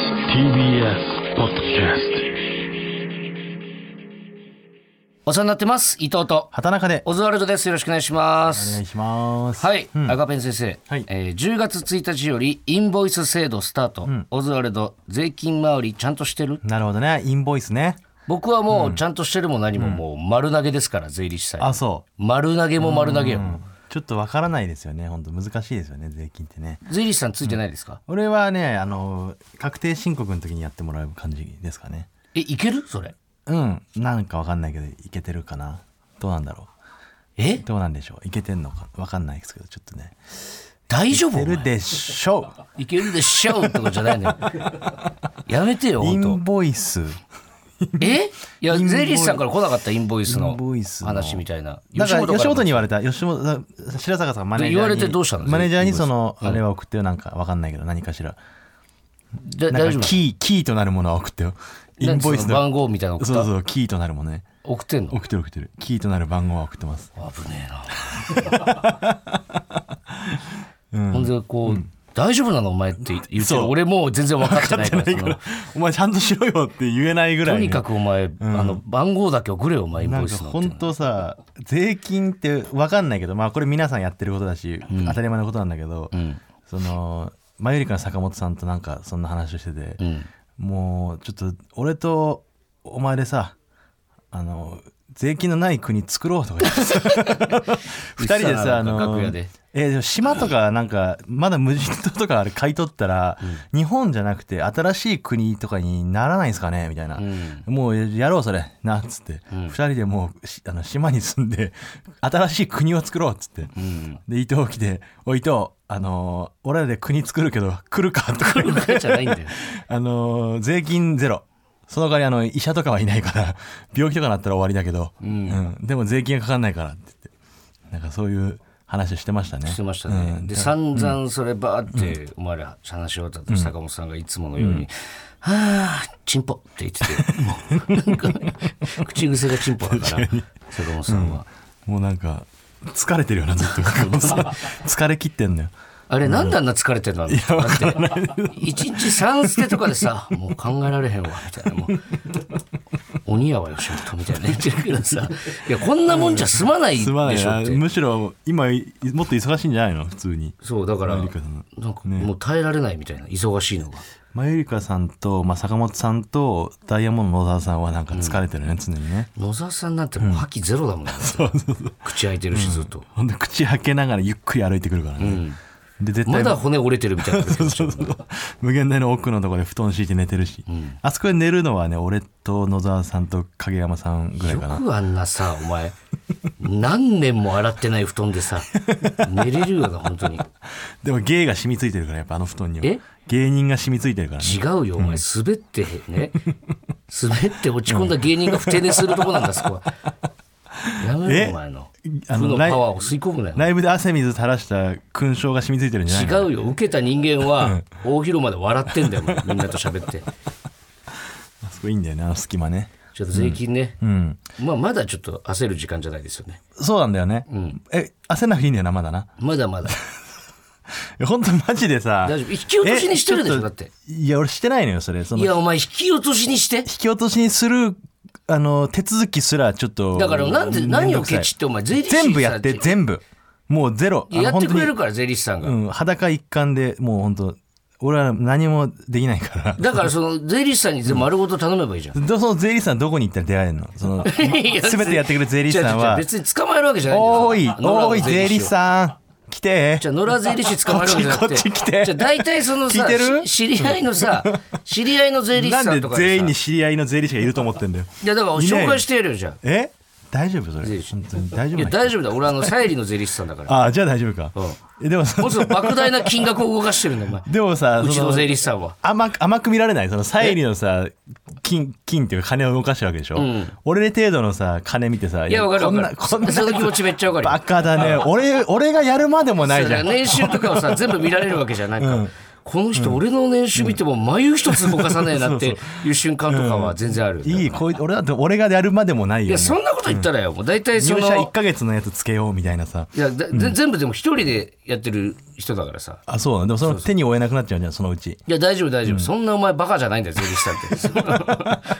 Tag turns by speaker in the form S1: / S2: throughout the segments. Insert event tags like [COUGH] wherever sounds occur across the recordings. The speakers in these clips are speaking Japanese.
S1: TBS ポッドキャス
S2: お世話になってます伊藤と
S3: 畑中でお
S2: オズワルドですよろしくお願いしま
S3: 願
S2: す
S3: いします。
S2: はい、
S3: うん
S2: 赤ペン先生、
S3: はい
S2: えー10月1日よりインボイス制度スタート、オズワルド税金回りちゃんとしてる
S3: なるほどね。インボイスね。
S2: 僕はもうちゃんとしてるも何ももう丸投げですから税理士さん
S3: あ、そ
S2: 丸投げも丸投げよ
S3: う。うんちょっとわからないですよね。本当難しいですよね。税金ってね。
S2: 税理士さんついてないですか、
S3: 俺はね、あの、確定申告の時にやってもらう感じですかね。
S2: えいけるそれ
S3: うん。なんかわかんないけど、いけてるかな。どうなんだろ
S2: え
S3: う。どうなんでしょう。いけてんのかわかんないですけど、ちょっとね。
S2: 大丈
S3: い
S2: 夫
S3: け
S2: お前
S3: るでしょ
S2: いけるでしょうってことじゃないの
S3: [LAUGHS]
S2: よやめてよ
S3: う。イ
S2: 本当
S3: ンボイス。
S2: えいや
S3: インボイ
S2: 税理士さんから来なかったインボイス
S3: イ
S2: の
S3: ンボイスの
S2: 話みたいな
S3: だから吉本に
S2: に
S3: 言われた吉本だ白坂さんマネージャーに
S2: 言われてどうしたの
S3: マネージャーにそのあれは送ってよなんかわかんないけど何かしら
S2: 大
S3: なん
S2: 丈
S3: か
S2: 夫
S3: キーキーとなるものは送ってよインボイ
S2: 何
S3: ス
S2: その番
S3: の
S2: 号みたいなの送っ
S3: そう
S2: た
S3: そうそうキーとなるものね
S2: 送ってんの
S3: 送ってる送ってるキーとなる番号は送ってます
S2: 危ね [LAUGHS] えな、ほんでこう、大丈夫なのお前って言って
S3: そう
S2: 俺もう全然分かってないからその
S3: お前ちゃんとしろよって言えないぐらい
S2: と
S3: ね
S2: にかくお前、あの番号だけ送れよお前インボ
S3: なん
S2: イ
S3: か
S2: スのって
S3: 本当さ税金ってわかんないけどまあこれ皆さんやってることだし、当たり前のことなんだけど、
S2: ん
S3: そのマユリカの坂本さんとなんかそんな話をしてて、
S2: ん
S3: もうちょっと俺とお前でさあの税金のない国作ろうとか言っ
S2: [LAUGHS]
S3: てさ二人でさあ
S2: なんか
S3: の
S2: 楽屋で
S3: えーでも島とかなんかまだ無人島とかあれ買い取ったら、日本じゃなくて新しい国とかにならないですかねみたいな、
S2: ん
S3: もうやろうそれなっつって、二人でもうしあの島に住んで新しい国を作ろうっつって、で伊藤来て「おい伊藤あのー俺らで国作るけど来るか?」とか言っ
S2: じゃ
S3: て
S2: ないん
S3: [LAUGHS]
S2: だよ
S3: あのー税金ゼロその代わりあの医者とかはいないから [LAUGHS] 病気とかなったら終わりだけど、うんでも税金がかかんないからって言ってなんかそういう話してましたね。
S2: してましたね、
S3: うん
S2: で散々それバーってお前ら話し終わったと坂本さんがいつものように「はあチンポ」って言
S3: [LAUGHS]
S2: っててなんか口癖がチンポだから坂本さんは、
S3: もうなんか疲れてるよなずっと [LAUGHS] 疲れ切ってんのよ。
S2: あれなんであんな疲れてるのだって一日三捨てとかでさもう考えられへんわみたいなもう鬼やわよしもとみたいな言ってるけどさいやこんなもんじゃ済まないでし
S3: すまない
S2: ょ
S3: な
S2: って
S3: むしろ今いもっと忙しいんじゃないの普通に
S2: そうだからな
S3: マユ
S2: ん
S3: リカさん
S2: かもう耐えられないみたいな忙しいのが
S3: マユリカさんと、まあ、坂本さんとダイヤモンドの野沢さんはなんか疲れてるね、常にね
S2: 野沢さんなんてもう覇気ゼロだもんね口開いてるしずっと
S3: ほんで口開けながらゆっくり歩いてくるからね、で絶
S2: ま
S3: 対
S2: だ骨折れてるみたいな
S3: そうそうそう無限大の奥のところで布団敷いて寝てるし、あそこで寝るのはね俺と野沢さんと影山さんぐらい
S2: よ
S3: かな
S2: くあんなさお前何年も洗ってない布団でさ寝れるよな本当に。
S3: でも芸が染みついてるからやっぱあの布団には
S2: え
S3: 芸人が染みついてるからね
S2: 違うよお前滑ってね滑って落ち込んだ芸人が不手でするとこなんだそこはやめ
S3: え
S2: ろお前の
S3: あ
S2: 負
S3: の
S2: の
S3: ライ
S2: パワーを吸い込むなよ
S3: ライブで汗水垂らした勲章が染みついてるんじゃないの
S2: 違うよ受けた人間は大広間で笑って
S3: [LAUGHS]
S2: んだよお前みんなと喋って
S3: あそこいいんだよねあの隙間ね
S2: ちょっと税金ね、
S3: うん
S2: まあまだちょっと焦る時間じゃないですよね
S3: そうなんだよね、え焦んなくていいんだよなまだな
S2: まだ
S3: [LAUGHS]
S2: まだ
S3: 本当マジでさ
S2: 大丈夫引き落としにしてるでしょ
S3: えち
S2: だ
S3: ょ
S2: っ
S3: と
S2: て
S3: いや俺してないのよそれその
S2: いやお前引き落としにして
S3: 引き落としにするあの手続きすらちょっと
S2: だからなんで
S3: めどくさい
S2: 何をケチってお前税理士さん
S3: 全部やって
S2: い
S3: 全部もうゼロ
S2: ややってくれる
S3: あの
S2: から税理士さんが、
S3: 本当にうん、裸一貫でもう本当俺は何もできな
S2: [LAUGHS]
S3: いから
S2: だからその税理士さんに丸ごと頼めばいいじゃん
S3: どその税理士さんどこに行ったら出会えるのその
S2: いや
S3: 全てやってくれる税理士さ
S2: 違う
S3: ん
S2: 違う違う
S3: は
S2: 別に捕まえるわけじゃないんだよ
S3: おーい
S2: 野良の
S3: おーい税理士
S2: ん
S3: さん来て
S2: じゃあ野良税理士捕まえるわけじゃなくて
S3: こっちこっち来て
S2: じゃあ大体そのさ
S3: 聞いてる
S2: し知り合いの
S3: [LAUGHS]
S2: さ知り合いの税理士
S3: な
S2: さん
S3: ん
S2: と
S3: で
S2: か
S3: 全員に
S2: さ
S3: 知り合いの税理士がいると思ってんだよ
S2: いやだから
S3: いない
S2: 紹介してやるよじゃあ
S3: え大丈夫それ
S2: 税理士
S3: 本当に大丈
S2: い
S3: 夫
S2: や
S3: な
S2: 大丈夫だ俺あの沙莉の税理士さんだから
S3: ああじゃあ大丈夫かえでもそ
S2: もうその莫大な金額を動かしてるんだよお
S3: [LAUGHS]
S2: 前
S3: でもさ
S2: うち
S3: そ
S2: の
S3: の
S2: 税理士さんは
S3: 甘く甘く見られないそのサイリのさ金金っていうか金を動かしてるわけでしょ、俺程度のさ金見てさい
S2: いやわかるわかる
S3: こんなこんな
S2: その気持ちめっちゃわかるよ
S3: バカだね俺俺がやるまでもない
S2: だ
S3: じ
S2: か
S3: ゃ
S2: ら
S3: ん
S2: 年収とかをさ全部見られるわけじゃんないか、この人俺の年収見ても眉一つ動かさねえなっていう瞬間とかは全然あるよね
S3: いいこうい俺だって俺がやるまでもないよ、ね、
S2: いやそんなこと言ったらよ、もう大体そ
S3: 入
S2: の、
S3: 社1ヶ月のやつつけようみたいなさ
S2: いやだぜ全部でも一人でやってる人だからさ。
S3: あそうなんでもその手に負えなくなっちゃうじゃんそのうち
S2: いや、大丈夫大丈夫。そんなお前バカじゃないんだよ、税理士さんって。
S3: [LAUGHS]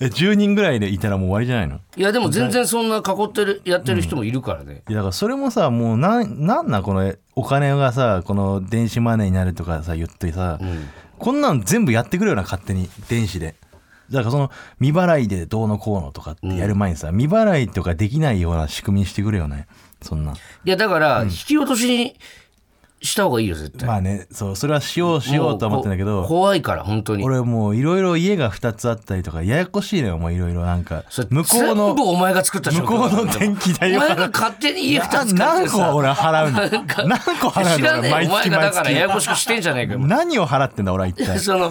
S3: え10人ぐらいでいたらもう終わりじゃないの
S2: いや、でも全然そんな囲ってる、やってる人もいるからね。
S3: いやだからそれもさもうなんなんなんこのお金がさこの電子マネーになるとかさ言ってさ、こんなん全部やってくれよな勝手に電子でだからその未払いでどうのこうのとかってやる前にさ、未払いとかできないような仕組みにしてくれよねそんない
S2: や、だから、引き落としにした方がいいよ、絶対。
S3: まあねそうそれはしようしようとは思ってんだけ
S2: もうこ
S3: ど
S2: 怖いから、本当に。
S3: 俺もういろいろ家が2つあったりとかややこしいのよもういろいろなんか
S2: それ
S3: 向こうの
S2: 全部お前が作った
S3: 向こうの電気代
S2: お
S3: を
S2: 前が
S3: 払う
S2: 勝手に家二つ買って
S3: 何
S2: さ
S3: 個俺払うの
S2: なんか
S3: 何個払う
S2: 知
S3: の
S2: らね
S3: 俺
S2: え
S3: 毎
S2: お前
S3: 月
S2: がだ
S3: 毎
S2: からやや
S3: 月
S2: こしくしてんじゃね
S3: [LAUGHS]
S2: えかよ
S3: 何を払ってんだ俺は一体
S2: その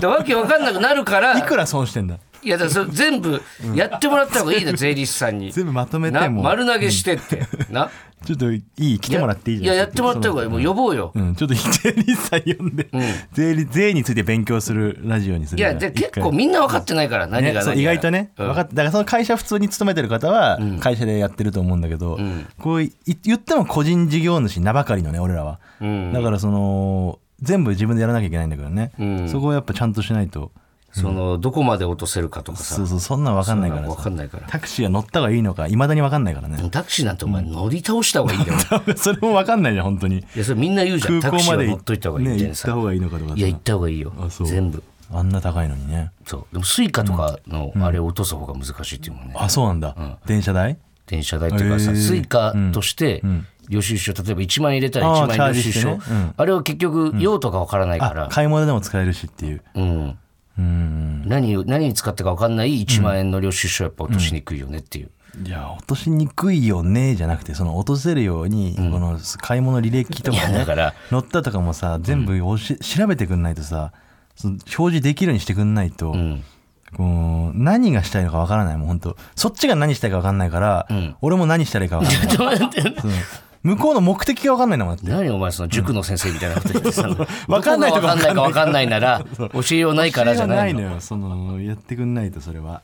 S2: でわけわかんなくなるから
S3: いくら損してんだ
S2: いやだからそれ全部やってもらった方がいいな、税理士さんに
S3: 全部まとめて
S2: な
S3: もう
S2: 丸投げしてって、な
S3: ちょっといい [LAUGHS] 来てもらっていいじゃ
S2: い
S3: ん
S2: ややってもらった方がいいもう呼ぼうよ、
S3: うん、ちょっと税理士さん呼んで、税理税について勉強するラジオにする
S2: いやで結構みんな分かってないから何が
S3: ね、
S2: 何
S3: そ
S2: が
S3: う意外とね、
S2: うん
S3: 分かっだからその会社普通に勤めてる方は会社でやってると思うんだけど、こうい言っても個人事業主名ばかりのね俺らは、だからその全部自分でやらなきゃいけないんだけどね、そこはやっぱちゃんとしないと
S2: そのどこまで落とせるかとか
S3: そ
S2: さ
S3: うそうそんなん分かんないから
S2: 分
S3: さ
S2: かんないから
S3: タクシーが乗った方がいいのかいまだに分かんないからね
S2: タクシーなんてお前乗り倒した方がいいん
S3: [LAUGHS]
S2: だよ
S3: それも分かんないじゃん本当に
S2: いやそれみんな言うじゃん
S3: 空
S2: タク
S3: 港
S2: シー
S3: ま
S2: は
S3: で
S2: 乗っといた方がいいみたい
S3: ね、
S2: な
S3: 行っ
S2: さ
S3: た方がいいのかとか
S2: いや行った方がいいよ
S3: あそう
S2: 全部
S3: あんな高いのにね
S2: そうでもスイカとかのあれを落とす方が難しいっていうもんね、
S3: あそうなんだ、電車代
S2: 電車代というかさ、
S3: へー
S2: スイカとして領収書、例えば1万円入れたら1万円
S3: あー
S2: 領収
S3: チャ
S2: 書、
S3: ージしてね
S2: あれは結局用途がわからないか
S3: あ
S2: ら、
S3: 買い物でも使えるしっていう
S2: うん
S3: うん
S2: 何を何に使ったかわかんない1万円の領収書はやっぱ落としにくいよねっていう、
S3: いや落としにくいよねじゃなくてその落とせるように、この買い物履歴とか
S2: いや
S3: ね
S2: だから
S3: 乗ったとかもさ全部おし、調べてくんないとさその表示できるようにしてくんないと、こう何がしたいのかわからないもう本当そっちが何したいかわかんないから、俺も何したらいいかわか
S2: [LAUGHS]
S3: んないそう向こうの目的がわかんないんだもんだって
S2: 何お前その塾の先生みたいなこと言ってさ、
S3: [LAUGHS] わかんない
S2: ど
S3: と
S2: こがわかん
S3: こ
S2: ないかわ
S3: わ
S2: かんないなら教えようないからじゃない
S3: 知
S2: の
S3: らないのよそのやってくんないとそれは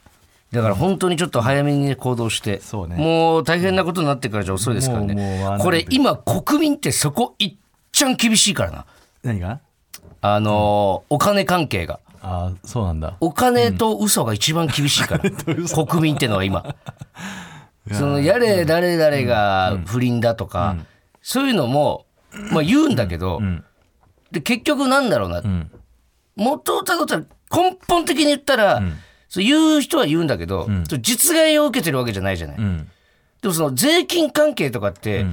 S2: だから本当にちょっと早めに行動して、
S3: そうね
S2: もう大変なことになってからじゃ遅いですから
S3: もうもう
S2: ね
S3: あの
S2: これ今国民ってそこいっちゃん厳しいからな
S3: 何が
S2: あのーお金関係が。
S3: ああそうなんだ
S2: お金と嘘が一番厳しいから、 [LAUGHS] 国民ってのは今そのやれ誰々が不倫だとか、そういうのも、まあ、言うんだけど、で結局なんだろうな、元をたどったら根本的に言ったら、そう言う人は言うんだけど、そう実害を受けてるわけじゃないじゃない、
S3: ん
S2: でもその税金関係とかって、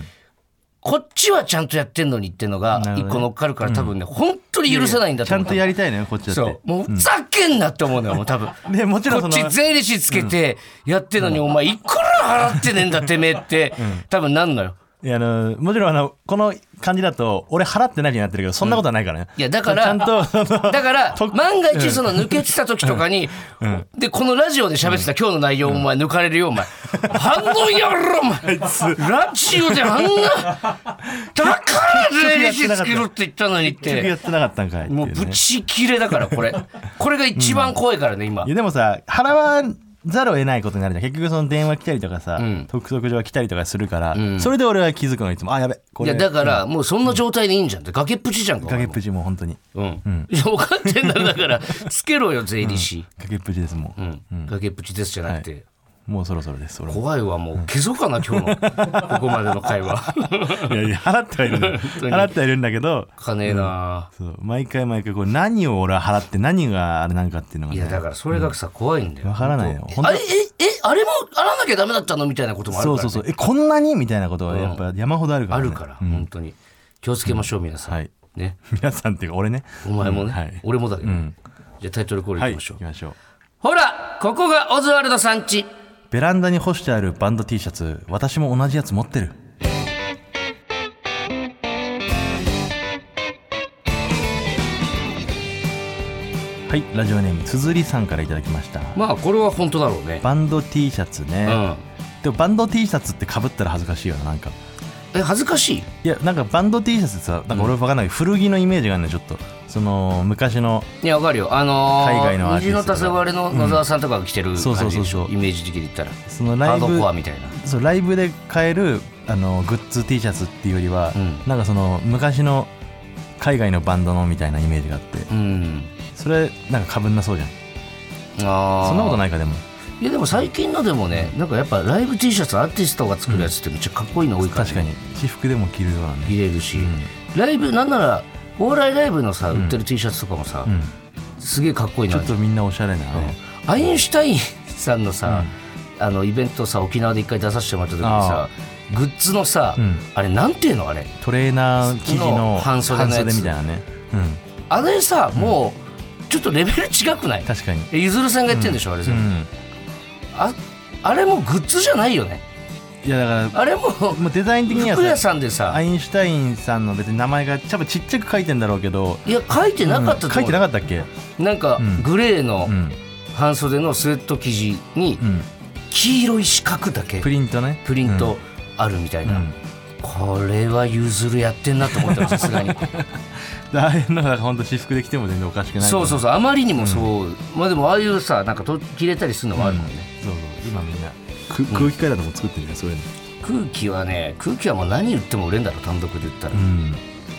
S2: こっちはちゃんとやってんのにってのが
S3: なるほど
S2: 一
S3: ね
S2: 個乗っかるから多分ね、本当に許せないんだ
S3: ち
S2: と
S3: ゃ
S2: 思う
S3: んとやりたいのよこっちだって
S2: そう。もうふざけんなって思うのよ、もう
S3: [LAUGHS]
S2: 多分。
S3: でもちろん
S2: こ
S3: そ
S2: っ
S3: の
S2: ち税理士つけてやってんのに、お前いくら払ってねえんだてめえって、多分なんのよ。
S3: いやあのもちろんあのこの感じだと俺払ってないになってるけどそんなことはないからね、
S2: いや、だから、
S3: ちゃんと [LAUGHS] その
S2: だから
S3: と、
S2: 万が一その抜けてた時とかに、で、このラジオで喋ってた今日の内容、お前抜かれるよ、お前。反応やろ、お前。ラジオであんな、だから税理士つけろって言ったのにっ
S3: 結局や
S2: て、
S3: ってなかったんかいってい
S2: も
S3: う
S2: う
S3: ね
S2: ブチ切れだから、これ。これが一番怖いからね、今
S3: い。やでもさ払わざるを得ないことになるじゃん結局その電話来たりとかさ、督促状来たりとかするから、それで俺は気づくのいつもあやべこ
S2: い
S3: れ
S2: やだからもうそんな状態でいいんじゃんって崖っぷちじゃんかお前
S3: 崖っぷちもう本当に
S2: うんいや分かってんだだから [LAUGHS] つけろよ税理士
S3: 崖っぷちですもう、
S2: うん崖っぷちですじゃなくて
S3: もうそろそろです俺も
S2: 怖いわもう消そうかな今日の
S3: [LAUGHS]
S2: ここまでの会話 [LAUGHS]
S3: いやいや払ってはいるんだよ
S2: 当に
S3: 払ってはいるんだけど
S2: 金えな
S3: そう毎回毎回これ何を俺は払って何があれなんかっていうのが
S2: い
S3: ね
S2: やだからそれがさ怖いんだよ
S3: わからないよ
S2: あれええあれも洗わなきゃダメだったのみたいなこともあ
S3: そ
S2: る
S3: う
S2: か
S3: そう
S2: ら
S3: そうえこんなにみたいなことはやっぱ山ほどあるか
S2: あ
S3: ら、ね
S2: るから本当に気をつけましょう皆さ
S3: は
S2: ん
S3: い [LAUGHS]
S2: ね
S3: 皆さんっていうか俺ね
S2: お前も
S3: うんはい
S2: ね、俺もだけどじゃあタイトルコールい
S3: は
S2: き
S3: い行
S2: ましょう
S3: きましょう
S2: ほらここがオズワルドさんち
S3: ベランダに干してあるバンド T シャツ私も同じやつ持ってるはいラジオネームつづりさんからいただきました
S2: まあこれは本当だろうね
S3: バンド T シャツ
S2: う
S3: ね、
S2: ん
S3: でもバンド T シャツってかぶったら恥ずかしいよななんか
S2: え恥ずかしい
S3: いやなんかバンド T シャツってさなんか俺分かんない、古着のイメージがあるねちょっとその昔の
S2: いやわかるよあのー、
S3: 海外のアーティスト
S2: 虹の黄昏の野沢さんとかが来てる
S3: そうそ
S2: 感
S3: う
S2: じ
S3: そう
S2: でし
S3: そう
S2: ょイメージ的に言ったら
S3: そのラ
S2: ハ
S3: イ
S2: ード
S3: ブ
S2: コアみたいな
S3: そうライブで買えるあのグッズ T シャツっていうよりは、
S2: うん
S3: なんかその昔の海外のバンドのみたいなイメージがあって
S2: うん
S3: それなんかかぶんなそうじゃん
S2: あ
S3: そんなこと
S2: い
S3: ないかでも
S2: いやでも最近のでもねなんかやっぱライブ T シャツアーティストが作るやつってめっちゃかっこいいの多いから、ね
S3: 確かに私服でも着るようなね
S2: 入れるし、ライブなんならお笑いライブのさ売ってる T シャツとかもさ、
S3: うん
S2: すげえかっこいい
S3: ち
S2: の
S3: ょ
S2: ある
S3: っ
S2: じゃん
S3: とみんなおしゃれな、
S2: アインシュタインさんのさ、あのイベントさ沖縄で一回出させてもらった時にさグッズのさ、
S3: うん
S2: あれなんていうのあれ
S3: トレーナー生地の
S2: 半袖のやつ
S3: みたいなねうん
S2: あれさもうちょっとレベル違くない
S3: 確かに
S2: えゆずるさんがやってんでしょ、あれ
S3: う
S2: さ、
S3: ん
S2: ああれもグッズじゃないよね
S3: いやだから
S2: あ
S3: [LAUGHS]
S2: れも
S3: もうデザイン的に
S2: 服
S3: は
S2: 屋
S3: さ
S2: さんで
S3: ア
S2: さ
S3: インシュタインさんの別に名前が多分ちっちゃく書いてんだろうけど
S2: いや書いてなかったと思う、
S3: 書いてなかったっけ
S2: なんか、
S3: うん
S2: グレーの
S3: うん
S2: 半袖のスウェット生地に
S3: うん
S2: 黄色い四角だけ
S3: プリントね
S2: プリントあるみたいな、これはゆずるやってんなと思ったのさす
S3: [LAUGHS]
S2: がに
S3: うんああいうのが本当私服で着ても全然おかしくないから
S2: そうそう
S3: そ
S2: そうあまりにもそう、まあでもああいうさなんかと切れたりするのもあるもんね、
S3: うそう今みんなく空気階段とか作ってるねそういうの
S2: 空気はね空気はもう何言っても売れんだろ単独で言ったら、
S3: うん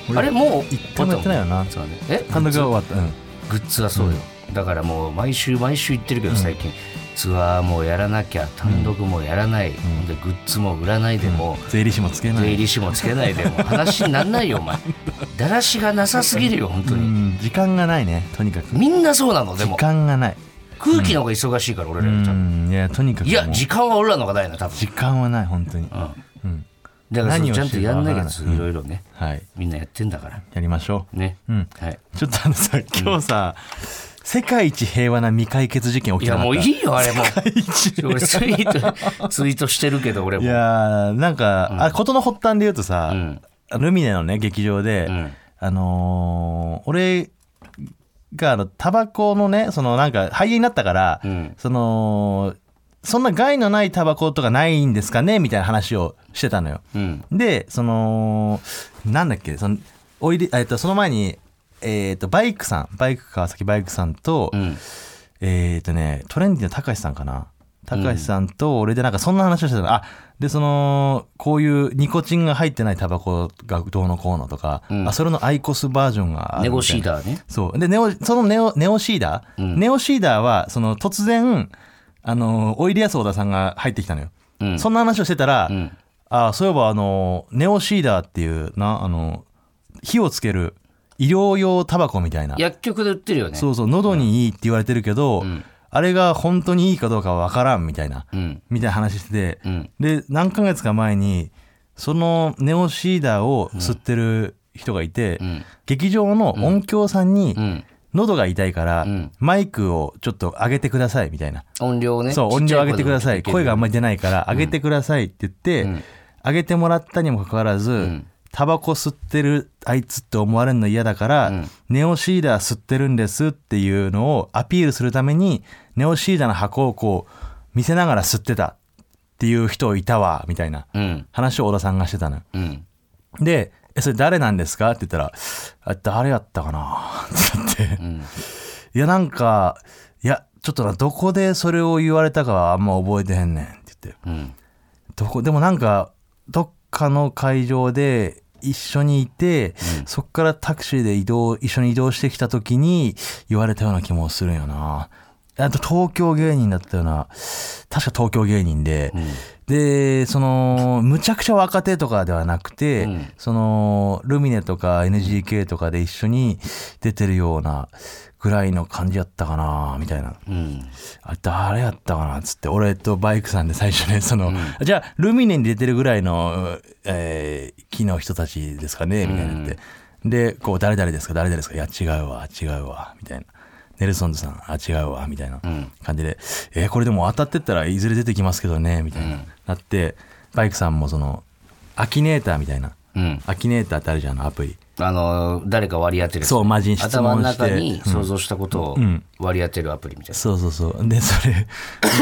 S3: 俺
S2: あれもう
S3: 一回もやってないよな
S2: そうだねえ
S3: 単独が終わったうん
S2: グッズはそうよ、だからもう毎週毎週行ってるけど最近、ツアーもやらなきゃ単独もやらない、でグッズも売らないでも、
S3: 税理士もつけな
S2: 税
S3: い
S2: 理士もつけないでも話になんないよお
S3: [LAUGHS]
S2: 前だらしがなさすぎるよ本当
S3: う
S2: に、
S3: ん時間がないねとにかく
S2: みんなそうなので
S3: 時
S2: も
S3: 間がない
S2: 空気の方が忙しいから俺
S3: う
S2: らより多分
S3: んいやとにかく
S2: いや
S3: もう
S2: 時間は俺らの方がないな多分
S3: 時間はない本当にうん
S2: だからそ
S3: 何
S2: れ
S3: を
S2: ちゃんとやんなきゃ
S3: して
S2: い
S3: るかわからない
S2: ろいろね
S3: はい
S2: みんなやってんだから
S3: やりましょう
S2: ね
S3: うん
S2: はい
S3: ちょっとあのさ今日さ世界一平和な未解決事件起
S2: い
S3: きた
S2: や
S3: なか
S2: も
S3: っ
S2: う
S3: た
S2: いいよあれもう
S3: 一
S2: 俺ツイートツイートしてるけど俺
S3: い
S2: も
S3: やーなんか、あ事の発端で言うとさ、
S2: ん
S3: ルミネのね劇場で、
S2: ん
S3: あのー俺があのタバコのねそのなんか肺炎になったから、
S2: ん
S3: そのそんな害のないタバコとかないんですかねみたいな話をしてたのよ。
S2: うん
S3: でそのなんだっけそのおいでえっとその前に、えっとバイクさんバイク川崎バイクさんと、
S2: うん
S3: えっ、とね、トレンディの高橋さんかな。高橋さんと俺でなんかそんな話をしてたの。あ、で、その、こういうニコチンが入ってないタバコがどうのこうのとか、あ、それのアイコスバージョンがあ
S2: ネ
S3: るみたいな
S2: ゴシーダーね
S3: そう。で、ネオ、そのネオ、ネオシーダー、ネオシーダーは、その突然、あの、おいでやす小田さんが入ってきたのよ。
S2: うん
S3: そんな話をしてたら、
S2: ん
S3: あそういえば、あの、ネオシーダーっていうな、あの、火をつける医療用タバコみたいな。
S2: 薬局で売ってるよね
S3: そうそう喉にいいって言われてるけど、あれが本当にいいかどうかは分からんみたいな、
S2: ん
S3: みたいな話してて、
S2: ん
S3: で何ヶ月か前にそのネオシーダーを吸ってる人がいて、
S2: ん
S3: 劇場の音響さんに、
S2: ん
S3: 喉が痛いから、
S2: ん
S3: マイクをちょっと上げてくださいみたいな、
S2: 音量ね
S3: そう音量上げてください声があんま
S2: り
S3: り出ないから上げてくださいって言って、上げてもらったにもかかわらず、タバコ吸ってるあいつって思われるの嫌だから、ネオシーダー吸ってるんですっていうのをアピールするためにネオシーダーの箱をこう見せながら吸ってたっていう人いたわみたいな
S2: うん
S3: 話を小田さんがしてたのよ
S2: うん
S3: で「えそれ誰なんですか?」って言ったら「あ誰やったかな?」 [LAUGHS] って言って、いやなんかいやちょっとなどこでそれを言われたかはあんま覚えてへんねんって言って、
S2: ん
S3: どこでもなんかどっかの会場で一緒にいて、そっからタクシーで移動一緒に移動してきた時に言われたような気もするんよなあと東京芸人だったような確か東京芸人で、でそのむちゃくちゃ若手とかではなくて、
S2: うん
S3: そのルミネとか NGK とかで一緒に出てるようなぐらいの感じやったかなみたいな
S2: うん
S3: あれ誰やったかなっつって俺とバイクさんで最初ねその、じゃあルミネに出てるぐらいの、えー、木の人たちですかねみたいになって、でこう誰々ですか誰々ですかいや違うわ違うわみたいなネルソンズさんあ違うわみたいな感じで、えーこれでも当たってったらいずれ出てきますけどねみたいな、なってバイクさんもそのアキネーターみたいな
S2: うん
S3: アキネーターってあるじゃんあのアプリ
S2: あの誰か割り当てる
S3: そう魔人質問して
S2: 頭の中に想像したことを割り当てるアプリみたいな
S3: そうそうそうでそ [LAUGHS] れ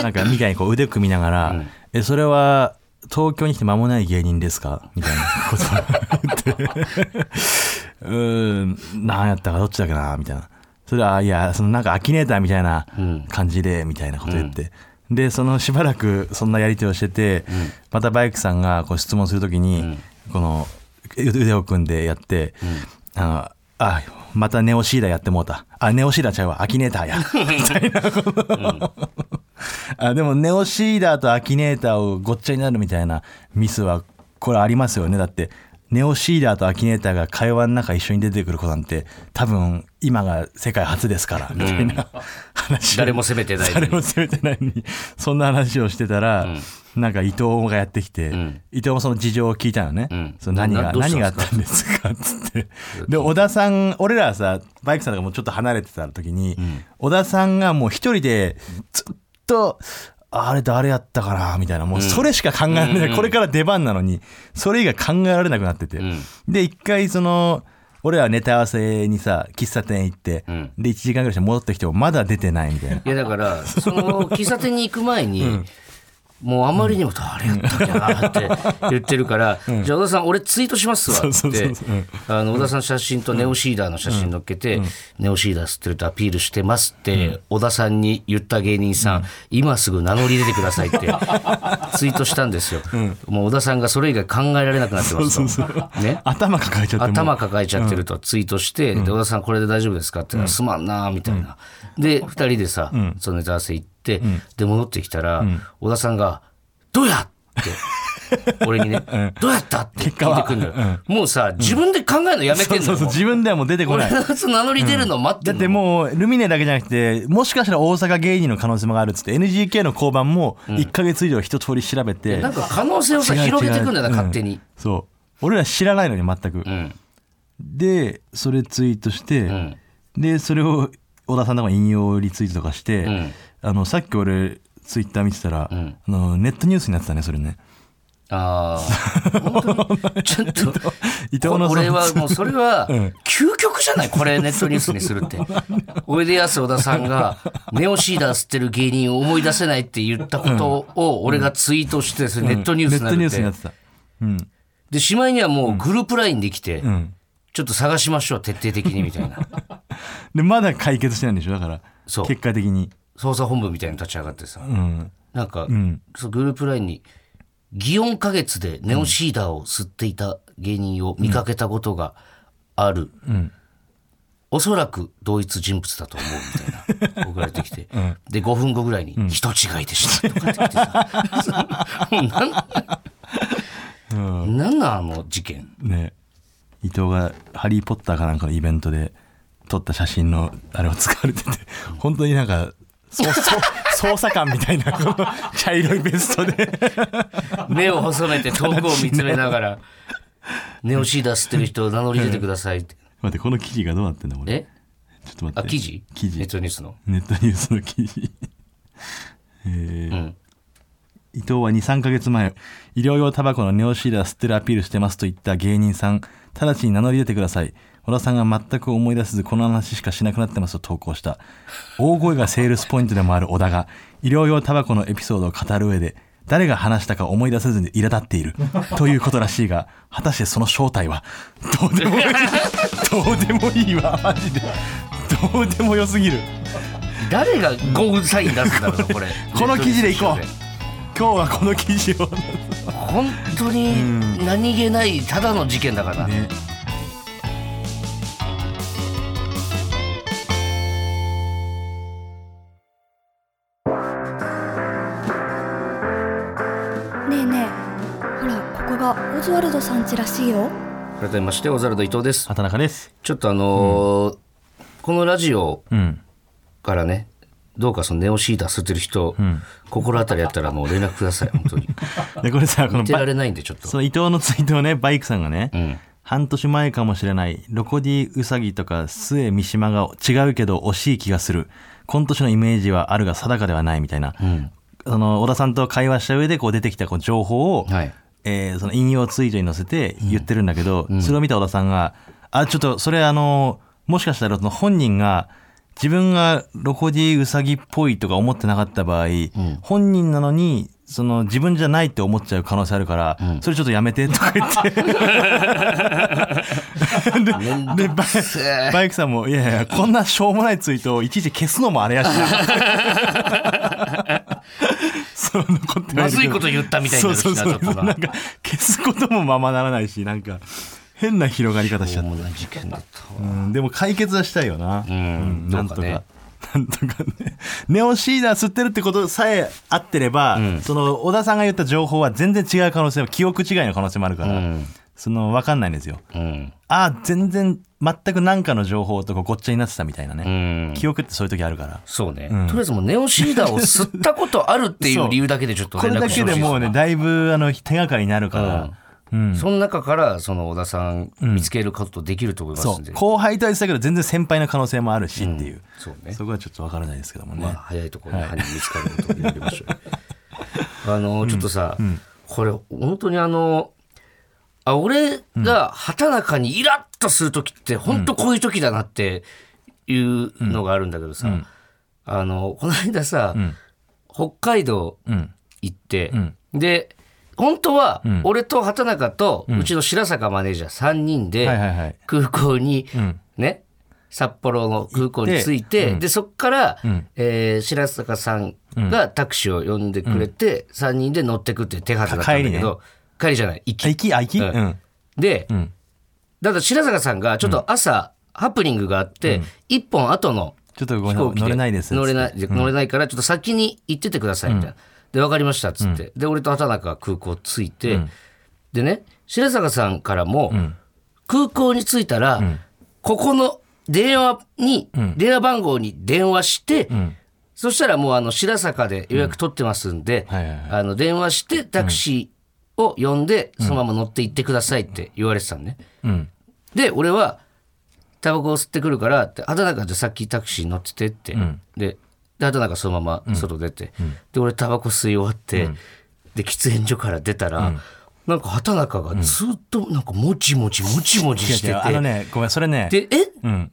S3: なんかみたいにこう腕組みながら「えそれは [LAUGHS] 東京に来て間もない芸人ですか?」みたいなことを言ってうーん、なんやったかどっちだっけな、みたいな。それで、あ、いや、そのなんかアキネーターみたいな感じで、みたいなこと言って。で、そのしばらくそんなやり手をしてて、またバイクさんがこう質問するときに、この腕を組んでやって、あの、あ、またネオシーダやってもうた。あ、ネオシーダちゃうわ、アキネーターや。みたいなあでもネオシーダーとアキネーターをごっちゃになるみたいなミスはこれありますよねだってネオシーダーとアキネーターが会話の中一緒に出てくる子なんて多分今が世界初ですからみたいな話を
S2: 誰も責めてないのに
S3: 誰も責めてないのにそんな話をしてたら、なんか伊藤がやってきて、伊藤もその事情を聞いたのね、
S2: ん
S3: その何
S2: な
S3: が
S2: どうしたん
S3: 何が
S2: で
S3: あ
S2: す
S3: っ
S2: か
S3: たんですかっつってで小田さん俺らはさバイクさんとかもちょっと離れてた時に、小田さんがもう一人でずっとあれ誰やったかなみたいなもうそれしか考えられない、これから出番なのにそれ以外考えられなくなってて、で一回その俺らネタ合わせにさ喫茶店行って、
S2: ん
S3: で1時間ぐらいして戻ってきてもまだ出てないみた
S2: [LAUGHS]
S3: いな
S2: いやだからその喫茶店に行く前に、もうあまりにも誰やったっけなって言ってるから、じゃあ小田さん俺ツイートしますわっつ
S3: そ
S2: っ
S3: うそ
S2: て
S3: うそうそううん
S2: あの小田さんの写真とネオシーダーの写真載っけて、ネオシーダー吸ってるとアピールしてますって、小田さんに言った芸人さん、今すぐ名乗り出てくださいってツイートしたんですよ、もう小田さんがそれ以外考えられなくなってますとね
S3: 頭抱えちゃってもう
S2: 頭抱えちゃってるとツイートして、で、小田さんこれで大丈夫ですかって言ったら、すまんなーみたいな。で、二人でさ、そのネタ合わせ行って、で、戻ってきたら、小田さんが、どうやって、俺に
S3: [LAUGHS]
S2: ね、どうやったって聞いてくるのよ。もうさ、自分で考えるのやめてんの
S3: そう
S2: よ。も
S3: そう
S2: う
S3: 自分ではもう出てこな
S2: 俺
S3: い
S2: のやつ名乗り出るの待って
S3: だっ
S2: ん
S3: て
S2: の。
S3: もうルミネだけじゃなくてもしかしたら大阪芸人の可能性もあるっつって NGK の交番も1か月以上一通り調べて、
S2: なんか可能性をさ、
S3: 違う違う
S2: 広げてくんだよな、勝手に。
S3: そう俺ら知らないのに全く、
S2: うん。
S3: でそれツイートして、
S2: ん
S3: でそれを小田さんとか引用リツイートとかして、
S2: ん
S3: あのさっき俺ツイッター見てたら、あのネットニュースになってたねそれね
S2: あ
S3: [LAUGHS]
S2: あ。本当にちょっと。
S3: 伊藤
S2: こ
S3: [LAUGHS] のその
S2: れはもうそれは究極じゃないこれネットニュースにする
S3: [LAUGHS]
S2: っておいでやす小田さんがネオシーダー吸ってる芸人を思い出せないって言ったことを俺がツイートしてそれネットニュースに
S3: ネ
S2: な
S3: ッ
S2: る
S3: トニュ
S2: っ
S3: ースになっててたうん
S2: でしまいにはもうグループラインで来て
S3: ん
S2: ちょっと探しましょう徹底的にみたいな
S3: [LAUGHS] でまだ解決してないんでしょだから
S2: そう
S3: 結果的に
S2: 捜査本部みたいに立ち上がってさ
S3: うん
S2: なんか
S3: ん
S2: そうグループラインに祇園花月でネオシーダーを吸っていた芸人を見かけたことがある、
S3: ん
S2: おそらく同一人物だと思うみたい
S3: [LAUGHS]
S2: な送られてきて、で5分後ぐらいに「人違いでした」とかってきてさもうなんなんなんあの事件
S3: ね伊藤が「ハリー・ポッター」かなんかのイベントで撮った写真のあれを使われてて本当になんかそうそう捜査官みたいなこの茶色いベストで
S2: 目を細めて遠くを見つめなが
S3: [LAUGHS]
S2: ら「ネオシーダー吸ってる人を名乗り出てください」って
S3: 待ってこの記事がどうなってんだこれ
S2: え
S3: ちょっと待って
S2: あ記事
S3: 記
S2: ネ
S3: 事
S2: ットニュースの
S3: ネットニュースの記事えー
S2: ん
S3: 伊藤は23ヶ月前医療用タバコのネオシーラー吸ってるアピールしてますと言った芸人さん直ちに名乗り出てください小田さんが全く思い出せずこの話しかしなくなってますと投稿した大声がセールスポイントでもある小田が医療用タバコのエピソードを語る上で誰が話したか思い出せずに苛立っているということらしいが果たしてその正体はどうでもいいどうでもいいわマジでどうでもよすぎる
S2: 誰がゴールサイン出すんだろうなこれ
S3: [LAUGHS] この記事でいこう
S2: ネットニュースの記事で
S3: 今日はこの記事を
S2: 本当に何気ないただの事件だからな、
S3: ね
S4: ねえねえほらここがオズワルドさん家らしいよ
S2: 改めましてオザルド伊藤です
S3: 畑中です
S2: ちょっとあのーこのラジオ
S3: うん
S2: からねどうかそのネオシーター吸ってる人、心当たりあったらもう連絡ください本当 [LAUGHS] に
S3: でこれさこの
S2: 見て
S3: バ
S2: られないんでちょっと
S3: その伊藤のツイートをねバイクさんがね、
S2: ん
S3: 半年前かもしれないロコディウサギとか末三島が違うけど惜しい気がする今年のイメージはあるが定かではないみたいな、その小田さんと会話した上でこう出てきたこう情報を、
S2: はい
S3: えーその引用ツイートに載せて言ってるんだけど、それを見た小田さんが「あちょっとそれあのもしかしたらその本人が自分がロコディウサギっぽいとか思ってなかった場合、本人なのにその自分じゃないって思っちゃう可能性あるから、それちょっとやめてとか言っ
S2: [LAUGHS]
S3: てででバイバイクさんも「いやいやこんなしょうもないツイートをいちいち消すのもあれやし
S2: [LAUGHS]
S3: な」そう残ってない
S2: まずいこと言ったみたいになるしな
S3: そうそう
S2: ちょ
S3: そ
S2: っ
S3: う
S2: と
S3: な
S2: なん
S3: か消すこともままならないしなんか変な広がり方しちゃっ
S2: 主
S3: た、
S2: な事件だったわ
S3: うん、でも解決はしたいよな、
S2: ん
S3: なんとか
S2: どうかね
S3: なんとかねネオシーナー吸ってるってことさえあってれば、その小田さんが言った情報は全然違う可能性も記憶違いの可能性もあるから、
S2: うん
S3: その分かんないんですよ
S2: うん
S3: ああ全然全く何かの情報とかごっちゃになってたみたいな
S2: う
S3: ね、
S2: ん
S3: 記憶ってそういう時あるから
S2: そうね、
S3: ん
S2: とりあえずもうネオシーダーを吸ったことあるってい
S3: そうう
S2: 理由だけでちょっと
S3: こ
S2: 連
S3: れ
S2: 絡
S3: だ
S2: して
S3: け
S2: ほし
S3: で
S2: い
S3: もうねだいぶあの手がかりになるから、うん
S2: その中からその小田さん見つけることできると思いま
S3: そ
S2: すんで、
S3: う後輩とは言ってたけど全然先輩の可能性もあるしっていう、
S2: そうね
S3: そこはちょっと分からないですけどもね、
S2: まあ、早いところで犯人見つかることになりましょう。あの、ちょっとさ、これ、本当にあの、あ、俺が畑中にイラッとする時って、本当こういう時だなっていうのがあるんだけどさ、あの、この間さ、北海道
S3: うん
S2: 行って、
S3: ん
S2: で、本当は
S3: ん、
S2: 俺と畑中と、うちの白坂マネージャー3人で、
S3: はいはいはい
S2: 空港に、
S3: ん
S2: ね札幌の空港に着いてでそこから、えー白坂さんがタクシーを呼んでくれて、3人で乗ってくっていう手はずだったんだけど帰り,、じゃない行
S3: あ
S2: き
S3: 行きあ行き、
S2: う
S3: うんん
S2: で、
S3: ん
S2: だから白坂さんがちょっと朝、ハプニングがあって、1本後の
S3: ちょっとごめ
S2: 飛行
S3: んな
S2: 機
S3: 乗れないです
S2: 乗れ
S3: い
S2: ない乗れないからちょっと先に行っててくださいみたいな、で分かりましたっつって、で俺と畑中が空港着いて、でね白坂さんからも、空港に着いたら、ここの電話に、電話番号に電話して、そしたらもうあの白坂で予約取ってますんで、
S3: はいはいはい
S2: あの電話してタクシーを呼んで、そのまま乗って行ってくださいって言われてたのね。
S3: うん
S2: で俺はタバコを吸ってくるからって畑中でさっきタクシーに乗っててって、でで畑中そのまま外出て、で俺タバコ吸い終わって、で喫煙所から出たら、なんか畑中がずっとなんかもちもちもちもちして
S3: 違う違うあの
S2: て、
S3: ねごめんそれね
S2: でえ、
S3: ん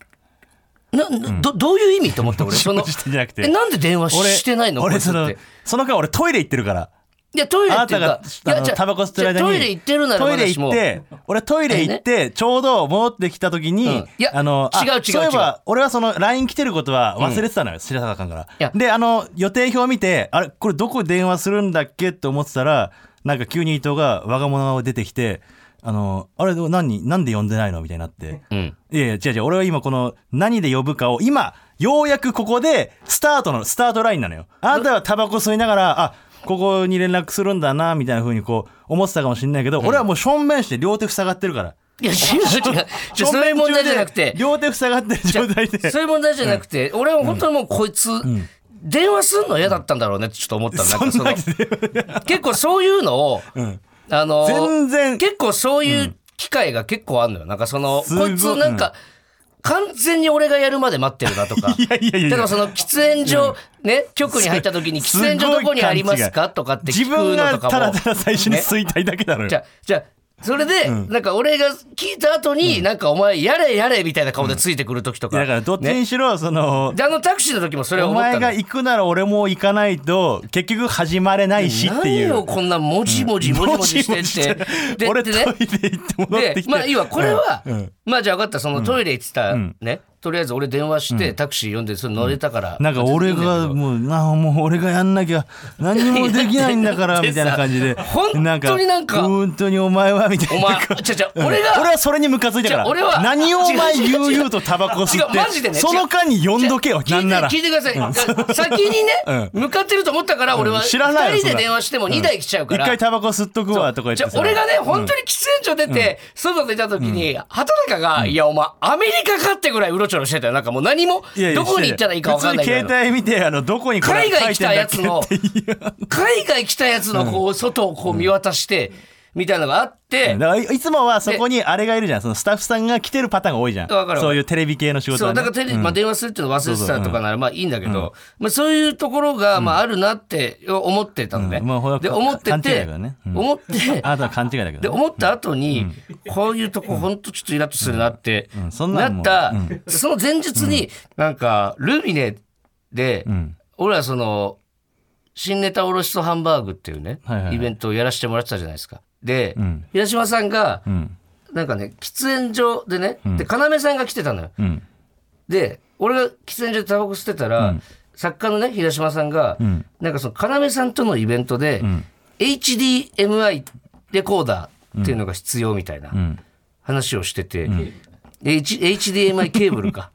S2: ななどどういう意味と思った俺
S3: [LAUGHS]
S2: その
S3: してじゃなくて
S2: えなんで電話
S3: 俺
S2: してないの
S3: 俺
S2: こいつ
S3: そ
S2: っ
S3: の
S2: て
S3: その間俺トイレ行ってるから
S2: いやトイレっ
S3: あな
S2: てい
S3: た
S2: うか
S3: が
S2: いや
S3: あの
S2: じゃあ
S3: タバコ吸ってる間に
S2: じゃあトイレ行ってるなら
S3: トイ
S2: まだ
S3: レ
S2: し
S3: 行
S2: も
S3: って俺トイレ行ってちょうど戻ってきた時に、
S2: うんいや
S3: あのあ
S2: 違う違う
S3: そういえば俺はその LINE 来てることは忘れてたのよ、白坂君か
S2: や
S3: らであの予定表見てあれこれどこ電話するんだっけって思ってたらなんか急に伊藤が我が物を出てきてあのあれ何なんで呼んでないのみたいになって、
S2: ん
S3: いやいや違う違う俺は今この何で呼ぶかを今ようやくここでスタートのスタートラインなのよあなたはタバコ吸いながらあここに連絡するんだなみたいな風にこう思ってたかもしれないけど、俺はもう正面して両手塞がってるから
S2: い
S3: [LAUGHS]
S2: や違う違うじゃあそういう問題じゃなくて
S3: 両手塞がってる状態で
S2: そういう問題じゃなくて、俺は本当にもうこいつ、電話すんの嫌だったんだろうねってちょっと思ったのなんかその結構そういうの
S3: [LAUGHS]
S2: を、あの
S3: 全然
S2: 結構そういう機会が結構あるのよなんかその
S3: すご
S2: こ
S3: い
S2: いつなんか、完全に俺がやるまで待ってるなとか
S3: [LAUGHS] いやいやいやいや
S2: だからその喫煙所、ね局に入った時に
S3: す
S2: 喫煙所どこにあります
S3: すごい勘
S2: か
S3: 違い
S2: とかって
S3: 自
S2: 聞くの
S3: 分が
S2: とかも
S3: ただただ最初に吸いたいだけだろよ
S2: じゃあじゃあそれで、なんか俺が聞いた後に、なんかお前やれやれみたいな顔でついてくる時とか、
S3: だからどっちにしろその、
S2: であのタクシーの時もそれは
S3: お
S2: 思った
S3: 前
S2: の
S3: が行くなら俺も行かないと結局始まれないしっていう
S2: 何をこんなもじもじもじもじ
S3: も
S2: してっ
S3: も
S2: て
S3: じし。
S2: で
S3: 俺
S2: で
S3: トイレ行って戻ってき
S2: で
S3: て。
S2: まあいいわこれは、
S3: うんうん
S2: まあじゃあ分かったそのトイレ行ってた、ねとりあえず俺電話して、タクシー呼んでそれ乗れたから、
S3: なんか俺がもうなもう俺がやんなきゃ何もできないんだからみたいな感じで
S2: だって本当になんか
S3: 本当にお前はみた
S2: お
S3: い
S2: 前
S3: な
S2: じゃじゃ
S3: うん
S2: 俺が
S3: [LAUGHS] 俺はそれにムカついたか
S2: じゃ
S3: ら
S2: あ俺は
S3: 何をお前
S2: 違う違う違う
S3: 悠々とタバコ吸
S2: 違うマ
S3: っ
S2: ジ
S3: て
S2: でね
S3: その間に呼んどけよ
S2: 聞いて
S3: なんなら
S2: 聞いてください、先にね、向かってると思ったから俺は
S3: 知らないよ
S2: 2人
S3: そん
S2: で
S3: な
S2: 電話しても2台来ちゃうか
S3: 一
S2: ら、
S3: 回タバコ吸っとくわとか言っ
S2: じゃ
S3: て
S2: あ
S3: さ
S2: 俺がね、本当に喫煙所出て、外出た時に、畑中が、いや、お前、アメリカかってぐらいうろちょろしてたよ。なんかもう何も、
S3: いやいや
S2: どこに行ったらいいか分かんない
S3: 普
S2: ぐらい
S3: 通に
S2: の。
S3: 携帯見てあのどこにこれ
S2: 海外来たやつの
S3: 書いてんだっけっていう
S2: 海外来たやつの、こう、外をこう見渡して、みたいなのがあって、
S3: だからいいつもはそこにあれがいるじゃんそのスタッフさんが来てるパターンが多いじゃん
S2: わかる
S3: そういうテレビ系の仕事
S2: そ
S3: は
S2: う、
S3: ね
S2: だからテレビ、まあ電話するっていうの忘れてたとかならまあいいんだけど、まあそういうところが、まああるなって思ってたのね
S3: うんまあほら。
S2: で、思って
S3: 勘違いだ
S2: て
S3: からね、うん
S2: 思って、
S3: あなたは勘違いだけ
S2: で、
S3: どね、
S2: 思った後に、こういうとこほんとちょっとイラッとするなって、
S3: んそん
S2: な
S3: なんも
S2: っ
S3: う
S2: た、その前日に、なんか、ルミネで、
S3: ん
S2: 俺はその、新ネタおろしそハンバーグっていうね、
S3: はいはいはい
S2: イベントをやらせてもらってたじゃないですか。で、
S3: うん
S2: 平島さんが、
S3: うん [LAUGHS]
S2: なんかね、喫煙所でね、で、要さんが来てたのよ。
S3: うん
S2: で、俺が喫煙所でタバコ吸ってたら、作家のね、平島さんが、
S3: ん
S2: なんかその要さんとのイベントで、HDMI レコーダーっていうのが必要みたいな
S3: うん
S2: 話をしてて、H HDMI ケーブル [LAUGHS] か。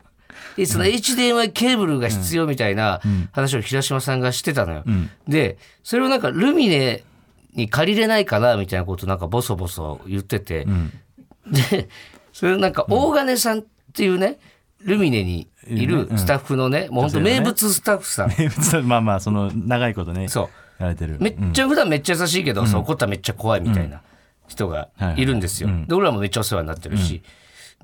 S2: でその HDMI ケーブルが必要みたいな話を平島さんがしてたのよ。で、それをなんかルミネに借りれないかなみたいなことをなんかボソボソ言ってて、で、それなんか大金さんっていうね、ルミネにいるスタッフのね、もう本当名物スタッフ [LAUGHS] さん。
S3: 名物まあまあその長いことね
S2: そう。
S3: やられてる
S2: めっちゃ普段めっちゃ優しいけど、そう怒ったらめっちゃ怖いみたいな人がいるんですよ。で俺らもめっちゃお世話になってるし、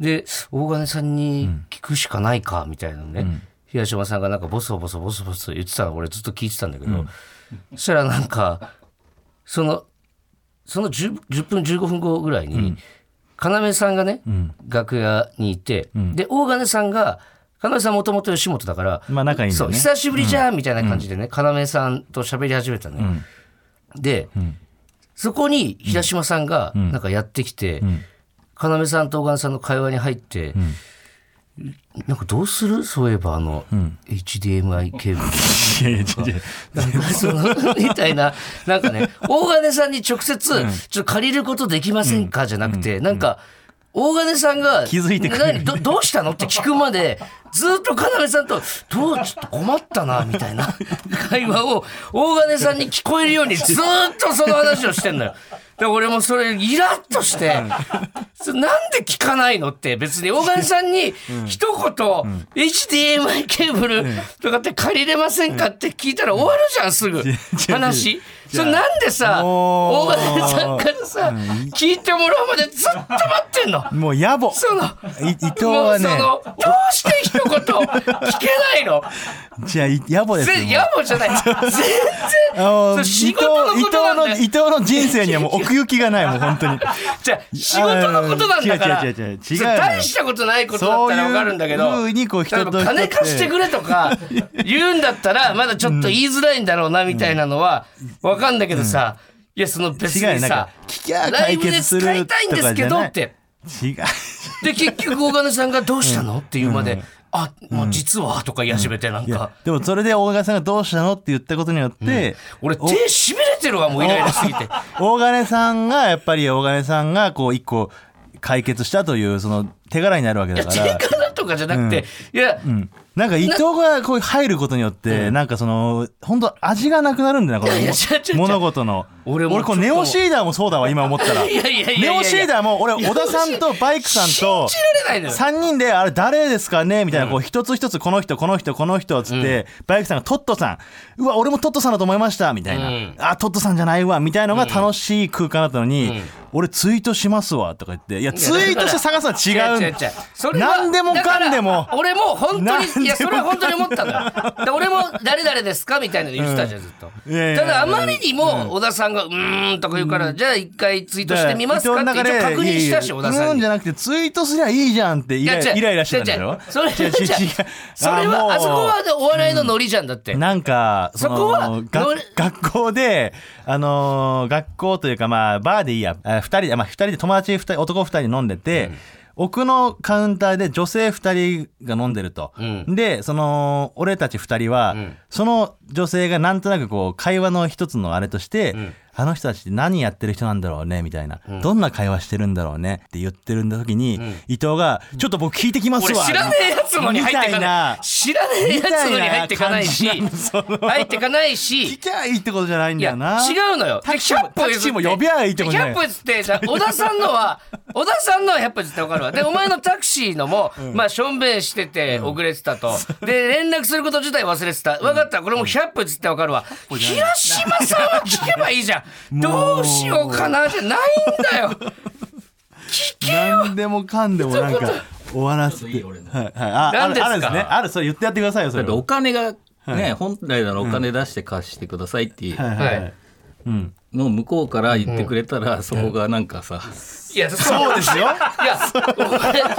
S2: で大金さんに聞くしかないかみたいなのね、東島さんがなんかボソボソボソボソ言ってたの俺ずっと聞いてたんだけど、そしたらなんかそのその 10, 10分15分後ぐらいに、要さんがね、楽屋にいて、で大金さんが要さんもともと吉本だから、
S3: まあ仲いいんだ
S2: そ
S3: よ
S2: う
S3: ね
S2: 久しぶりじゃんみたいな感じでね、要さんと喋り始めたのよ。で、そこに平島さんがなんかやってきて、要さんと小川さんの会話に入って、なんかどうするそういえばあの、HDMI ケーブル。
S3: いやいやいやい
S2: なんかそのみたいな、なんかね、大金さんに直接、ちょっと借りることできませんかじゃなくて、なんか、大金さんが、
S3: 気づいてくれ
S2: 何
S3: る
S2: どどうしたのって聞くまで、ずっと要さんと、どう、ちょっと困ったな、みたいな会話を、大金さんに聞こえるように、ずっとその話をしてんのよ。で俺もそれイラッとして、それなんで聞かないのって別に大金さんに一言 HDMI ケーブルとかって借りれませんかって聞いたら終わるじゃんすぐ話それなんでさ
S3: もう
S2: 大金さんからさ聞いてもらうまでずっと待ってんの
S3: やもう野暮
S2: その
S3: い伊藤はね
S2: もうそのどうして一言
S3: [LAUGHS]
S2: 聞けないの
S3: じゃあい野暮ですよ
S2: ぜ
S3: もう
S2: 野暮じゃない全然
S3: あ
S2: そ
S3: の
S2: れ仕事のことなんだよ
S3: 伊藤の伊藤の人生にはもう奥行きがないもう本
S2: [LAUGHS]
S3: 当に
S2: じゃあ仕事のことなんだから
S3: 違う違う違う違う違う
S2: それ大したことないことだったらわかるんだけど
S3: そういう風にこう人と
S2: 例えば金
S3: 人って
S2: 貸してくれとか言うんだったらまだちょっと言いづらいんだろうなみたいなのはわかんだけどさ、いやその別
S3: 違う
S2: に
S3: よな
S2: さ
S3: んか聞きゃ
S2: ライ
S3: 解
S2: ブで
S3: 決す
S2: 使
S3: る
S2: いたいんですけどって
S3: 違う
S2: で結局大金さんが「どうしたの?」っていうまで「あもう実は」とか言い始めてなん
S3: いや
S2: か。
S3: でもそれで大金さんがどうしたのって言ったことによって、
S2: 俺手しびれてるわもうイライラしすぎて
S3: 大金さんがやっぱり大金さんがこう一個解決したというその手柄になるわけ
S2: いや
S3: だか
S2: 手
S3: ら。
S2: 柄とかじゃなくて、いや、
S3: うんなんか伊藤がこう入ることによって、なんかその、本当味がなくなるんだよな、こ
S2: いやいや違う違う違
S3: の
S2: う
S3: 物事の。
S2: 俺
S3: 俺、
S2: も
S3: こ
S2: ちょっ
S3: う
S2: と
S3: ネオシーダーもそうだわ、今思ったら。
S2: いやいやいやいやい
S3: ネ
S2: や
S3: オシーダーも、俺、
S2: いや
S3: 小田さんとバイクさん
S2: 信
S3: と、
S2: じられないのよ
S3: 3人で、あれ誰ですかねみたいな、こう、一つ一つ、この人、この人、この人、つって、バイクさんがトットさん。うわ、俺もトットさんだと思いました、みたい
S2: うん
S3: な。あ、トットさんじゃないわ、みたいなのが楽しい空間だったのに、俺ツイートしますわ、とか言って。いや、ツイートして探すのは違うんだ
S2: 違う違う違うそれは
S3: 何でもかんで
S2: だ
S3: も
S2: から。俺も本当
S3: 何でもかん
S2: にいやそれは本当に思ったのよで俺も「誰々ですか?」みたいなの言ってたじゃんずっと、
S3: いやいや
S2: ただあまりにも小田さんが「うーん」とか言うから、じゃあ一回ツイートしてみますかって一応確認したし小田
S3: いやいや
S2: さ
S3: うんん
S2: に
S3: じゃ。なくてツイートすりゃいいじゃんってイライ
S2: いや違う
S3: イライラしてたんだ
S2: 違う
S3: よ
S2: 違うそれ
S3: 違う違う違う
S2: それ
S3: あもう
S2: はあそこはお笑いのノリじゃんだって、
S3: なんか
S2: そこは
S3: のが
S2: 乗れ
S3: 学校であのー学校というかまあバーでいいやあ2人で、まあ、二人で友達2人男2人で飲んでて、奥のカウンターで女性2人が飲んでると、
S2: ん
S3: でその俺たち2人は、
S2: ん
S3: その女性がなんとなくこう会話の一つのあれとして、
S2: ん
S3: あの人たちって何やってる人なんだろうねみたいな、どんな会話してるんだろうねって言ってる時に、伊藤が「ちょっと僕聞いてきます
S2: 俺
S3: わ」
S2: 知らねえやつのに入って
S3: みた
S2: かな
S3: いない
S2: 知らねえやつのに入ってかないし
S3: みたいな感じなのその
S2: 入ってかないし
S3: 聞きゃいいってことじゃないん
S2: い
S3: だ
S2: や
S3: よな。
S2: 違うのよ。
S3: タクシーも
S2: 100歩譲って
S3: タクシーも呼びゃいいってことじゃない
S2: 100歩譲って、だ小田さんのは、小田さんのは100歩譲ってわかるわ。で、お前のタクシーのも、まあ、しょんべんしてて遅れてたと。で、連絡すること自体忘れてた。わかった。これも100歩譲ってわかるわ。平島さんは聞けばいいじゃん。どうしようかなじゃないんだよ。聞けよ。
S3: 何でもかんでもなんか終わらせて。はいはいああ
S2: 何です
S3: る
S2: か
S3: あるんですね。あるそれ言ってやってくださいよそ
S5: だ
S3: れ
S5: ってお金がね、本来ならお金出して貸してくださいっていう、
S3: はいはいはい
S5: の向こうから言ってくれたら、そこがなんかさ、
S2: いやそうですよいやお前聞いた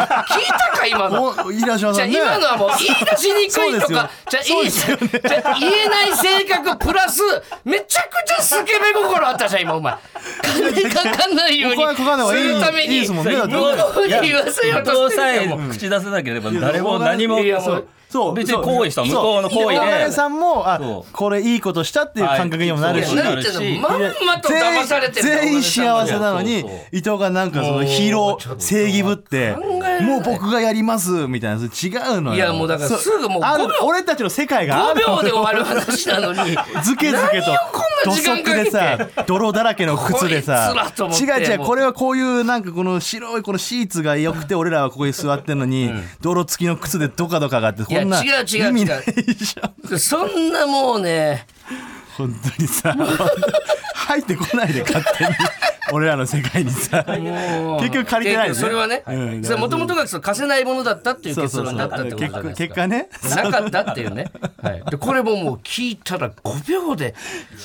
S2: か今の
S3: お飯田島
S2: じ
S3: さ
S2: ゃあ
S3: んね
S2: 今のはもう言い出しにくいとか、じゃあいいじゃん。じゃあ言えない性格プラス、めちゃくちゃスケベ心あったじゃん、今お前。金かかんないように
S3: お金かかんな
S2: す
S3: い方がいい
S2: るため
S3: いい
S2: に、
S3: です
S2: 向
S3: も
S2: こ
S3: んねだって
S2: うに言わせようと
S5: 人
S2: して
S5: さ
S2: る
S5: え
S2: やんもう
S5: 口出せなければ誰も何も
S2: いやもう
S3: そう
S5: 別に行為した向こうの行為
S3: で
S5: で
S3: さんもあ
S5: そう
S3: これいいことしたっていう感覚にもなるし、
S5: いや
S2: なんていうの、まんまと騙されてる
S3: 全員全員幸せなの
S5: い
S3: に
S5: やそうそう
S3: 伊藤がなんかそのヒーロー正義ぶってもう僕がやりますみたいなそれ違うのよ
S2: いやもうだから
S3: そ
S2: すぐもう
S3: ある
S2: 5秒
S3: 俺たちの世界があ
S2: 5
S3: る
S2: 秒で終わる話なのに。
S3: ずけずけと土
S2: 何をこんな時間
S3: 足
S2: かけて
S3: でさ泥だらけの靴でさ
S2: こいつらと思って
S3: 違う違う
S2: もう
S3: これはこういうなんかこの白いこのシーツが良くて俺らはここに座ってんのに泥付きの靴でドカドカがあってこんない
S2: や違う違う違う
S3: 意味ないじゃん
S2: そんなもうね、
S3: 本当にさ [LAUGHS] 入ってこないで勝手に俺らの世界にさ
S2: もう
S3: 結局借りてないで
S2: 結
S3: す
S2: 局それはね、
S3: うん
S2: もともとがその貸せないものだったっていう
S3: そう
S2: 結
S3: そうそ
S2: 論
S3: う
S2: だったってことじゃ
S3: 結
S2: ないです
S3: 果
S2: か
S3: 結果ね
S2: なかったっていうね。はい、でこれももう聞いたら5秒で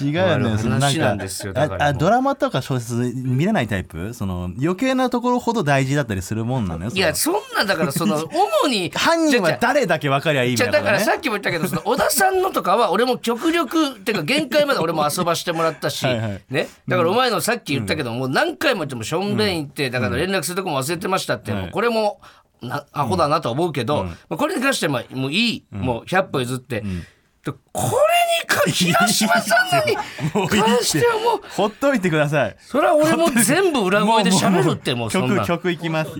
S3: 違うよねその
S2: 話なんですよ
S3: な
S2: だ
S3: ん
S2: か
S3: からああ
S2: もう
S3: ドラマとか小説見れないタイプその余計なところほど大事だったりするもんなのよ
S2: いや
S3: そ
S2: そんなだからその主に
S3: の犯人は
S2: じゃあ
S3: 誰だけ分かりゃいいみ
S2: じ
S3: た
S2: ゃ
S3: い
S2: あだ
S3: なこ
S2: から
S3: とね
S2: さっきも言ったけどその小田さんのとかは俺も極力っていうか限界まで俺も遊ばしてもらった [LAUGHS] し
S3: はいはい
S2: ねだからお前のさっき言ったけど、もう何回も言ってもしょんべん行ってだから連絡するとこも忘れてましたって、
S3: はい
S2: もうこれもなアホだなとは思うけど、まあ、これに関してはもういい、もう100歩譲って、でこれにか広島さんの [LAUGHS] に関してはもう
S3: ほっといてください
S2: それは俺も全部裏声で喋るってもうそんな
S3: 曲曲いきます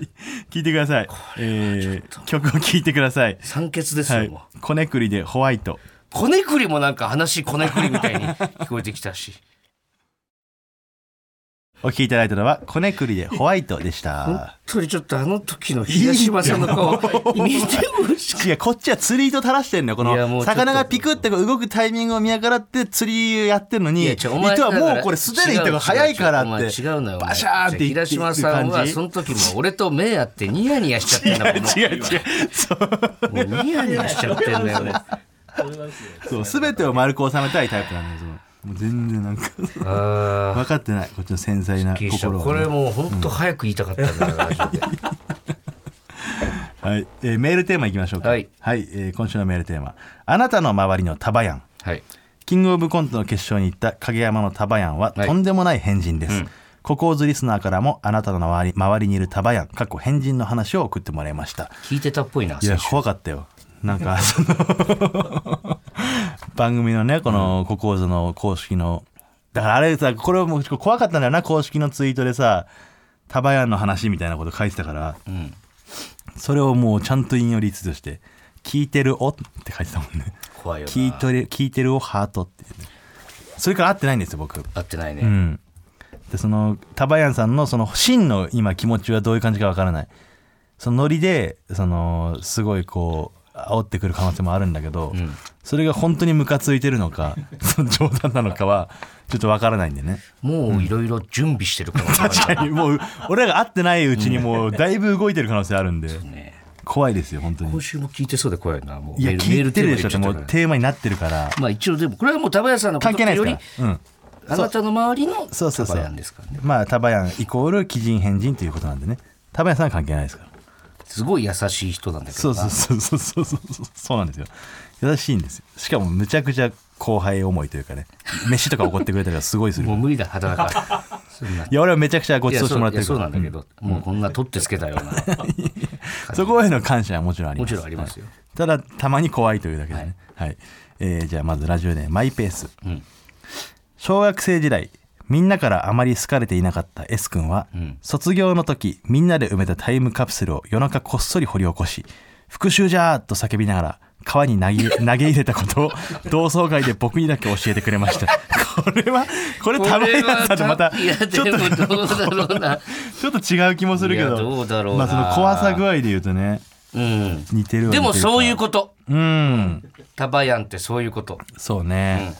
S3: 聞いてください、えー曲を聞いてください
S2: 酸欠です
S3: は
S2: よ、
S3: い
S2: もう
S3: 「こねくりでホワイト
S2: こねくりもなんか話こねくりみたいに聞こえてきたし」
S3: お聴きいただいたのは「こねくりでホワイト」でした
S2: 本当にちょっとあの時の東島さんの顔見てほしい
S3: 違うこっちは釣り糸垂らしてんのよこ
S2: いやもう
S3: の
S2: ちょっと
S3: 魚がピクってこう動くタイミングを見計らって釣りやってんの
S2: い
S3: に
S2: や
S3: 糸
S2: ちょお前
S3: は
S2: だか
S3: もう
S2: ら
S3: これ素手で糸が早いからっ
S2: 違う違うお
S3: て
S2: 前違うのよお前
S3: バシャーンって言って
S2: じゃあ平島さん
S3: いく感
S2: は
S3: じ
S2: その時も俺と目合ってニヤニヤしちゃってんだもんも
S3: 違う違うそう
S2: うもうニヤニヤしちゃってんだよね
S3: そう全てを丸く収めたいタイプなんですよもう全然なんか分かってないこっちの繊細な心
S2: こ
S3: をね、
S2: れもう本当早く言いたかったんだよラジオで
S3: はい、えーメールテーマいきましょうか
S2: はい、
S3: えー今週のメールテーマ「あなたの周りのタバヤン」
S2: はい
S3: キングオブコントの決勝に行った影山のタバヤンは
S2: はい
S3: とんでもない変人です、ココーズリスナーからもあなたの周り周りにいるタバヤンかっこ変人の話を送ってもらいました
S2: 聞いてたっぽいない
S3: や
S2: 先週
S3: 怖かったよなんか [LAUGHS] その番組のねこのココーズの公式のだからあれさこれもう怖かったんだよな公式のツイートでさタバヤンの話みたいなこと書いてたから、それをもうちゃんと引用リツイートして「聞いてるお」って書いてたもんね
S2: 怖いよな
S3: 聞いとれ聞いてるをハートっていうねそれから会ってないんですよ僕
S2: 合ってないうね
S3: んでそのタバヤンさんのその真の今気持ちはどういう感じかわからないそのノリでそのすごいこう煽ってくる可能性もあるんだけど、それが本当にムカついてるのか [LAUGHS] その冗談なのかはちょっとわからないんでね
S2: もういろいろ準備してるから
S3: 確かにもう俺らが会ってないうちにもうだいぶ動いてる可能性あるんで怖いですよ本当
S2: 今
S3: に
S2: 週も聞いてそうで怖いよなもう
S3: いや
S2: メール
S3: 聞いてるでしょ
S2: メールテーマ言っ
S3: っ
S2: ちゃったから
S3: てもうテーマになってるから
S2: まあ一応でもこれはもうタバヤさんのこと
S3: 関係ない
S2: よ
S3: で
S2: り
S3: すから、うん
S2: あなたの周りの
S3: そうそう
S2: タ
S3: そう
S2: バヤンですからね
S3: まあタバヤンイコール鬼人変人ということなんでねタバヤンさんは関係ないですから
S2: すごい優しい人なんだけ
S3: そ
S2: ど
S3: うそうそうそうそうそうそうなんですよ優しいんですよしかもむちゃくちゃ後輩思いというかね飯とか怒ってくれたりはすごいする
S2: もう
S3: い
S2: 無理だ働かないそんな
S3: や俺はめちゃくち [LAUGHS] ゃご
S2: い
S3: ち
S2: や
S3: そうしてもら
S2: い
S3: って
S2: や
S3: る
S2: そ
S3: か
S2: う
S3: ら
S2: なんだけど、もうこんな取ってつけたような
S3: そこへの感謝はもちろんあり
S2: も
S3: ます
S2: ちろんありますよ
S3: ただたまに怖いというだけでね、はいえーじゃあまずラジオでマイペース、
S2: ん
S3: 小学生時代みんなからあまり好かれていなかった S 君は、
S2: ん
S3: 卒業の時みんなで埋めたタイムカプセルを夜中こっそり掘り起こし復讐じゃーと叫びながら川に投げ投げ入れ
S2: [LAUGHS]
S3: たことを同窓会で僕にだけ教えてくれましたこれはこ [LAUGHS] れたまになったらまた
S2: いや
S3: ち
S2: で
S3: ょっと
S2: もどうだろうな
S3: ちょっと違う気もするけ
S2: い
S3: ど
S2: やどうだろうな
S3: まあその怖さ具合で言うとね
S2: うん
S3: 似てるは似て
S2: で
S3: る
S2: もそういう
S3: と
S2: こと
S3: うん
S2: タバヤンってそういうこと
S3: そうね、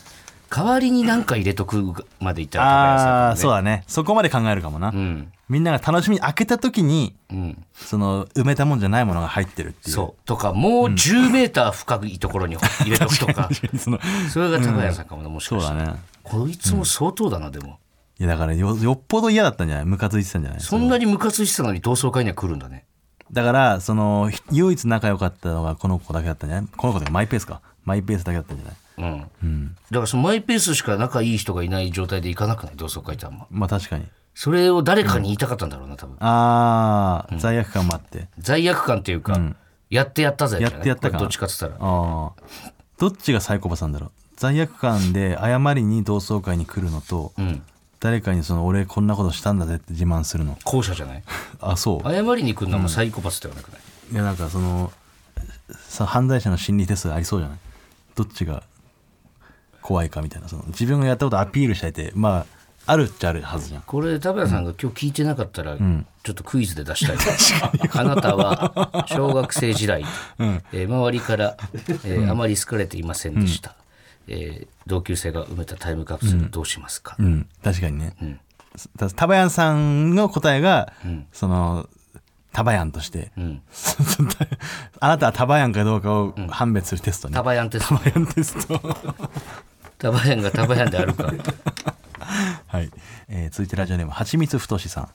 S2: 代わりに何か入れとくまでいったらタバヤンさんだ
S3: あ
S2: ね
S3: あーそうだねそこまで考えるかもな、
S2: うん
S3: みんなが楽しみに開けた時に
S2: うん
S3: その埋めたもんじゃないものが入ってるっていう
S2: そうとかもう10メーター深いところに入れとくとか
S3: [LAUGHS] 確かにその
S2: それがタバヤンさんかもねもしか
S3: そう
S2: し
S3: だ
S2: たら
S3: ね
S2: こいつも相当だなでも
S3: いやだからよよっぽど嫌だったんじゃないムカついてたんじゃない
S2: そんなにムカついてたのに同窓会には来るんだね。
S3: だからそのひ唯一仲良かったのがこの子だけだったんじゃないこの子とかマイペースかマイペースだけだったんじゃない
S2: うん。
S3: うん
S2: だからそのマイペースしか仲いい人がいない状態で行かなくない同窓会ってあんま。
S3: まあ確かに
S2: それを誰かに言いたかったんだろうな、多分。
S3: ああ、罪悪感もあって
S2: 罪悪感っていうか、やってやったぜみたいなね
S3: やってやった感
S2: これどっちかって言ったら。
S3: ああどっちがサイコパスなんだろう罪悪感で謝りに同窓会に来るのと、
S2: ん
S3: 誰かにその俺こんなことしたんだぜって自慢するの
S2: 後者じゃない
S3: あそう
S2: 謝りに行くのもサイコパスではなくない、
S3: いやなんかそのさ犯罪者の心理テストありそうじゃないどっちが怖いかみたいなその自分がやったことアピールしたいってまああるっちゃあるはずじゃん
S2: これ田村さんが今日聞いてなかったら、ちょっとクイズで出したい、あなたは小学生時代、えー周りから、えーあまり好かれていませんでした、えー同級生が埋めたタイムカプセルどうしますか、
S3: うん確かにね、たタバヤンさんの答えが、そのタバヤンとして、 [LAUGHS] あなたはタバヤンかどうかを判別するテストね、
S2: タバヤンテスト
S3: タバヤンテスト
S2: タバヤンがタバヤンであるか
S3: はい、えー続いてラジオネームはちみつふとしさん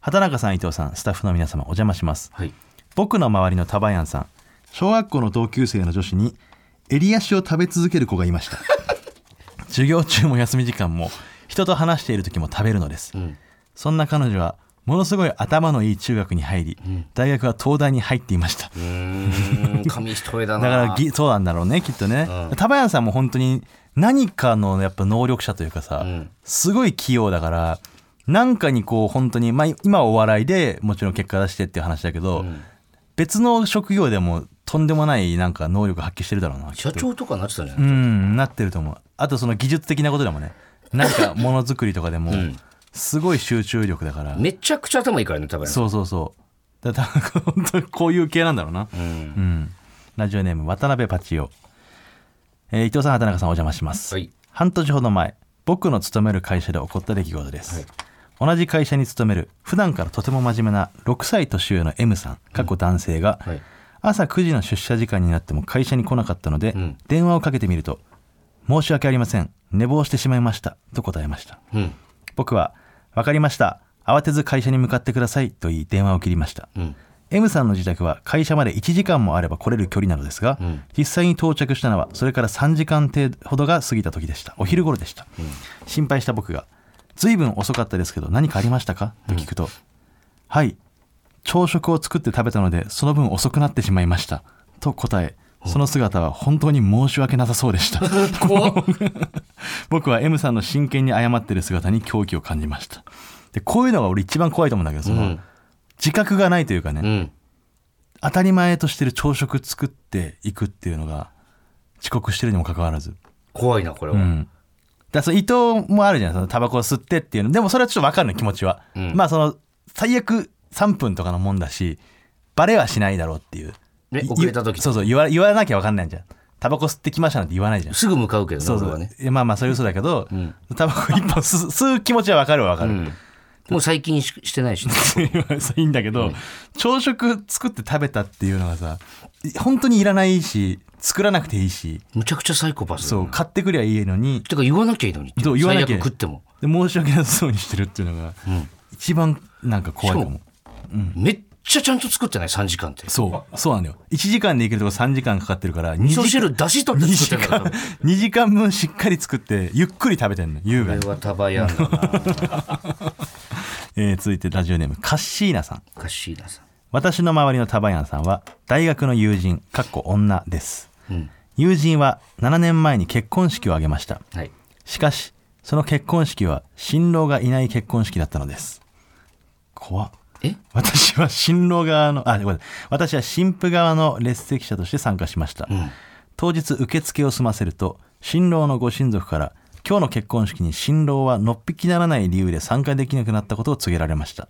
S3: 畑中さん伊藤さんスタッフの皆様お邪魔します
S2: はい
S3: 僕の周りのタバヤンさん小学校の同級生の女子に襟足を食べ続ける子がいま
S2: [LAUGHS]
S3: した授業中も休み時間も人と話している時も食べるのです、そんな彼女はものすごい頭のいい中学に入り、大学は東大に入っていました、
S2: うーん紙一重だ
S3: だ
S2: な
S3: からぎそうなんだろうねきっとね、タバヤンさんも本当に何かのやっぱ能力者というかさ、
S2: ん
S3: すごい器用だからなんかにこう本当に、まあ、今はお笑いでもちろん結果出してっていう話だけど、別の職業でもとんでもないなんか能力発揮してるだろうなきっと
S2: 社長とかなってたんじゃ
S3: う
S2: ない、
S3: んなってると思うあとその技術的なことでもねなんかものづくりとかでも、すごい集中力だ [LAUGHS] から
S2: めちゃくちゃ頭いいからねタバヤン
S3: そうそうそうだから多分本当にこういう系なんだろうな
S2: うん
S3: うん、ラジオネーム渡辺パチオ、えー伊藤さん畑中さんお邪魔します、
S2: はい
S3: 半年ほど前僕の勤める会社で起こった出来事です、同じ会社に勤める普段からとても真面目な6歳年上の M さん過去男性が、
S2: はい
S3: 朝9時の出社時間になっても会社に来なかったので、
S2: ん
S3: 電話をかけてみると「申し訳ありません寝坊してしまいました」と答えました
S2: うん
S3: 僕は「分かりました慌てず会社に向かってください」と言い電話を切りました、
S2: うん
S3: M さんの自宅は会社まで1時間もあれば来れる距離なのですが、実際に到着したのはそれから3時間程度ほどが過ぎた時でしたお昼頃でした、心配した僕が「随分遅かったですけど何かありましたか?」と聞くと「はい朝食を作って食べたのでその分遅くなってしまいました」と答えその姿は本当に申し訳なさそうでした
S2: [LAUGHS] 怖っ
S3: [LAUGHS] 僕は M さんの真剣に謝ってる姿に狂気を感じましたでこういうのが俺一番怖いと思うんだけどその、
S2: うん
S3: 自覚がないというかね、
S2: うん
S3: 当たり前としてる朝食作っていくっていうのが遅刻してるにもかかわらず、
S2: 怖いなこれは、
S3: うん、だからその伊藤もあるじゃないそのタバコを吸ってっていうのでもそれはちょっと分かるの気持ちは、
S2: うん
S3: まあその最悪3分とかのもんだしバレはしないだろうっていう
S2: ね
S3: い
S2: 遅れた時
S3: そうそう言わ言わなきゃ分かんないじゃんタバコ吸ってきましたなんて言わないじゃん
S2: すぐ向かうけどね
S3: そうそ
S2: 俺は
S3: う、
S2: ね
S3: いやまあまあそれ嘘だけど、タバコ一本吸う吸う気持ちは分かるは分かる、
S2: もう最近ししてないしね、
S3: [LAUGHS] いいんだけど、朝食作って食べたっていうのがさ本当にいらないし作らなくていいし
S2: むちゃくちゃサイコパスだな
S3: そう買ってくりゃいいのに
S2: てか言わなきゃいいのにって
S3: そう言わなきゃ
S2: 最悪食っても、
S3: で申し訳なさそうにしてるっていうのが、一番なんか怖いかも
S2: しめっちゃちゃんと作ってない3時間って
S3: そうそうなんだよ1時間でいけるとこ3時間かかってるから2
S2: 味噌
S3: [LAUGHS] 時間
S2: 汁だし取って作ってんだから
S3: 2時間分しっかり作ってゆっくり食べてんの優
S2: こ
S3: 雅
S2: れ
S3: に、
S2: はタバヤンだな
S3: えー続いてラジオネームカッシーナさん
S2: カッシーナさん
S3: 私の周りのタバヤンさんは大学の友人かっこ女です、
S2: ん
S3: 友人は7年前に結婚式を挙げました
S2: はい
S3: しかしその結婚式は新郎がいない結婚式だったのです怖っ
S2: え
S3: 私は新郎側のあごめんなさい私は新婦側の列席者として参加しました、当日受付を済ませると新郎のご親族から今日の結婚式に新郎はのっぴきならない理由で参加できなくなったことを告げられました、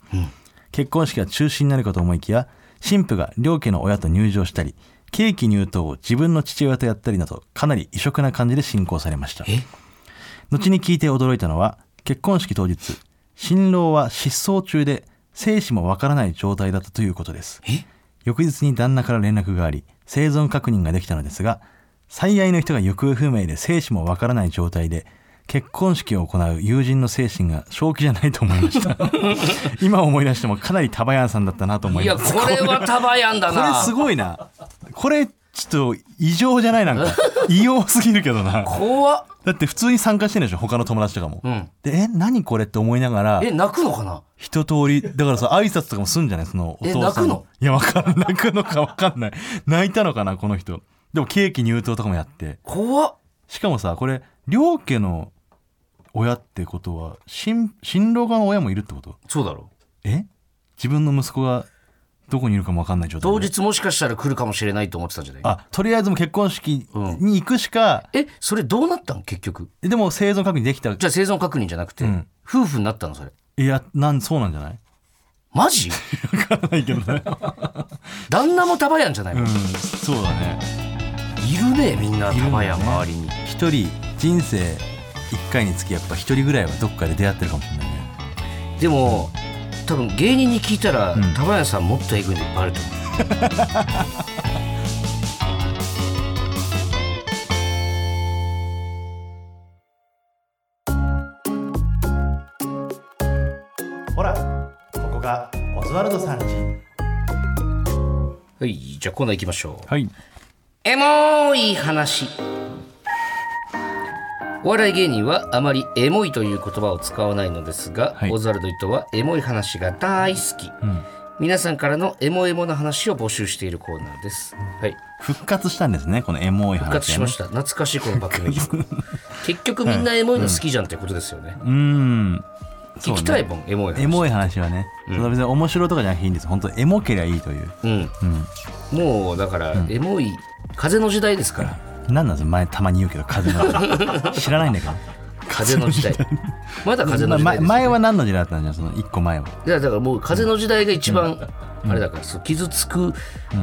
S3: 結婚式が中止になるかと思いきや新婦が両家の親と入場したりケーキ入刀を自分の父親とやったりなどかなり異色な感じで進行されました
S2: え
S3: 後に聞いて驚いたのは結婚式当日新郎は失踪中で生死もわからない状態だったということです
S2: え
S3: 翌日に旦那から連絡があり生存確認ができたのですが最愛の人が行方不明で生死もわからない状態で結婚式を行う友人の精神が正気じゃないと思いました今思い出してもかなりタバヤンさんだったなと思
S2: い
S3: い
S2: や
S3: ま
S2: こ
S3: す
S2: れはタバヤンだ
S3: これ
S2: な
S3: すごいなこれちょっと異常じゃないなんか異様すぎるけどな
S2: 怖っ
S3: だって普通に参加してるでしょ他の友達とかも、
S2: ん
S3: でえ何これって思いながら
S2: え泣くのかな
S3: 一通りだ
S2: [LAUGHS]
S3: からさ挨拶とかもすんじゃないそのお父さん
S2: え泣くの
S3: いやわかんない泣くのかわかんない泣いたのかなこの人でもケーキ入刀とかもやって
S2: 怖っ
S3: しかもさこれ両家の親ってことは新新郎側の親もいるってこと
S2: そうだろ
S3: え自分の息子がどこにいるかもわかんない状態
S2: 当
S3: で
S2: 日もしかしたら来るかもしれないと思ってたんじゃない
S3: あとりあえずもう結婚式に行くしか、
S2: えそれどうなったん結局
S3: でも生存確認できた
S2: じゃあ生存確認じゃなくて、
S3: うん
S2: 夫婦になったのそれ
S3: いやなんそうなんじゃない
S2: マジ
S3: わかんないけどね、
S2: 旦那もタバヤンじゃないの、
S3: うん、
S2: い
S3: そうだね
S2: るねみんない
S3: るんだ
S2: タ
S3: ね
S2: バヤン周りに
S3: 一人人生一回につきやっぱ一人ぐらいはどっかで出会ってるかもしれないね
S2: でも多分芸人に聞いたら、
S3: ん
S2: タバヤンさんもっとエグいのいっぱいあると思う
S3: ほらここがオズワルドさんち
S2: はいじゃあコーナー行きましょう
S3: はい
S2: エモい話お笑い芸人はあまりエモいという言葉を使わないのですが、
S3: はい
S2: オズワルド伊藤はエモい話が大好き、皆さんからのエモエモな話を募集しているコーナーです、はい
S3: 復活したんですねこのエモい話、ね、
S2: 復活しました懐かしいこの番
S3: [LAUGHS]
S2: 組結局みんなエモいの好きじゃんってことですよね、
S3: うーん
S2: 聞きたいもんエモい話
S3: エモい話はね、そう別に面白とかじゃなくていいんです本当エモけりゃいいという
S2: うん、もうだから、エモい風の時代ですから
S3: 何なんです前たまに言うけど風の
S2: [LAUGHS]
S3: 話知らないんだけど
S2: 風の時
S3: [LAUGHS]
S2: 代まだ風の時代
S3: ま
S2: です、ね、
S3: 前は何の時代だったんじゃんその一個前はい
S2: やだからもう風の時代が一番、あれだからそう傷つく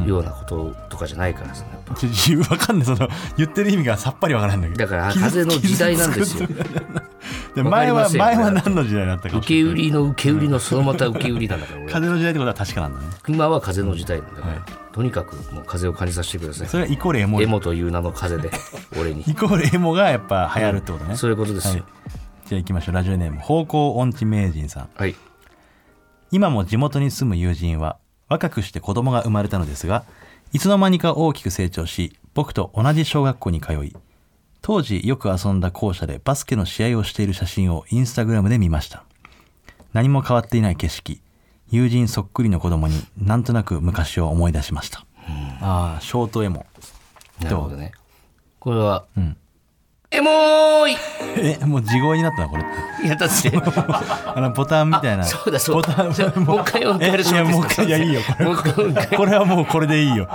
S2: ようなこととかじゃないからさ、やっぱ
S3: ちょ自分わかんないその言ってる意味がさっぱりわからないんだけ
S2: だ
S3: ど
S2: から風の時代なんですよ
S3: で
S2: わかり
S3: 前
S2: ま
S3: は
S2: せんよ
S3: 前は何の時代だったか
S2: 受け売りの受け売りのそのまた受け売りなんだから俺は
S3: 風の時代ってことは確かなんだね
S2: 今は風の時代なんだから、
S3: はい
S2: とにかくもう風を感じさせてください
S3: それはイコールエモ
S2: エ
S3: い
S2: モという名の
S3: [LAUGHS]
S2: 風で俺に
S3: イコールエモがやっぱ流行るってことね、
S2: そういうことですよ
S3: じゃあ行きましょうラジオネーム方向音痴名人さん
S2: はい、
S3: 今も地元に住む友人は若くして子供が生まれたのですがいつの間にか大きく成長し僕と同じ小学校に通い当時よく遊んだ校舎でバスケの試合をしている写真をインスタグラムで見ました何も変わっていない景色友人そっくりの子供になんとなく昔を思い出しました、ああショートエモ
S2: なるほどねこれは、
S3: ん
S2: エモーい [LAUGHS]
S3: えもう地声になったなこれって
S2: いやだ
S3: [LAUGHS]
S2: って
S3: あのボタンみたいな。
S2: そうだそうだ
S3: ボ
S2: じゃ
S3: タ
S2: あ
S3: ン
S2: もう一回音階やらせ
S3: え
S2: て
S3: いやも
S2: も
S3: う
S2: ら
S3: 一
S2: ってい
S3: 回
S2: い
S3: いやいい
S2: で
S3: よ
S2: すか
S3: これ。
S2: もう一回
S3: これはもうこれでいいよ。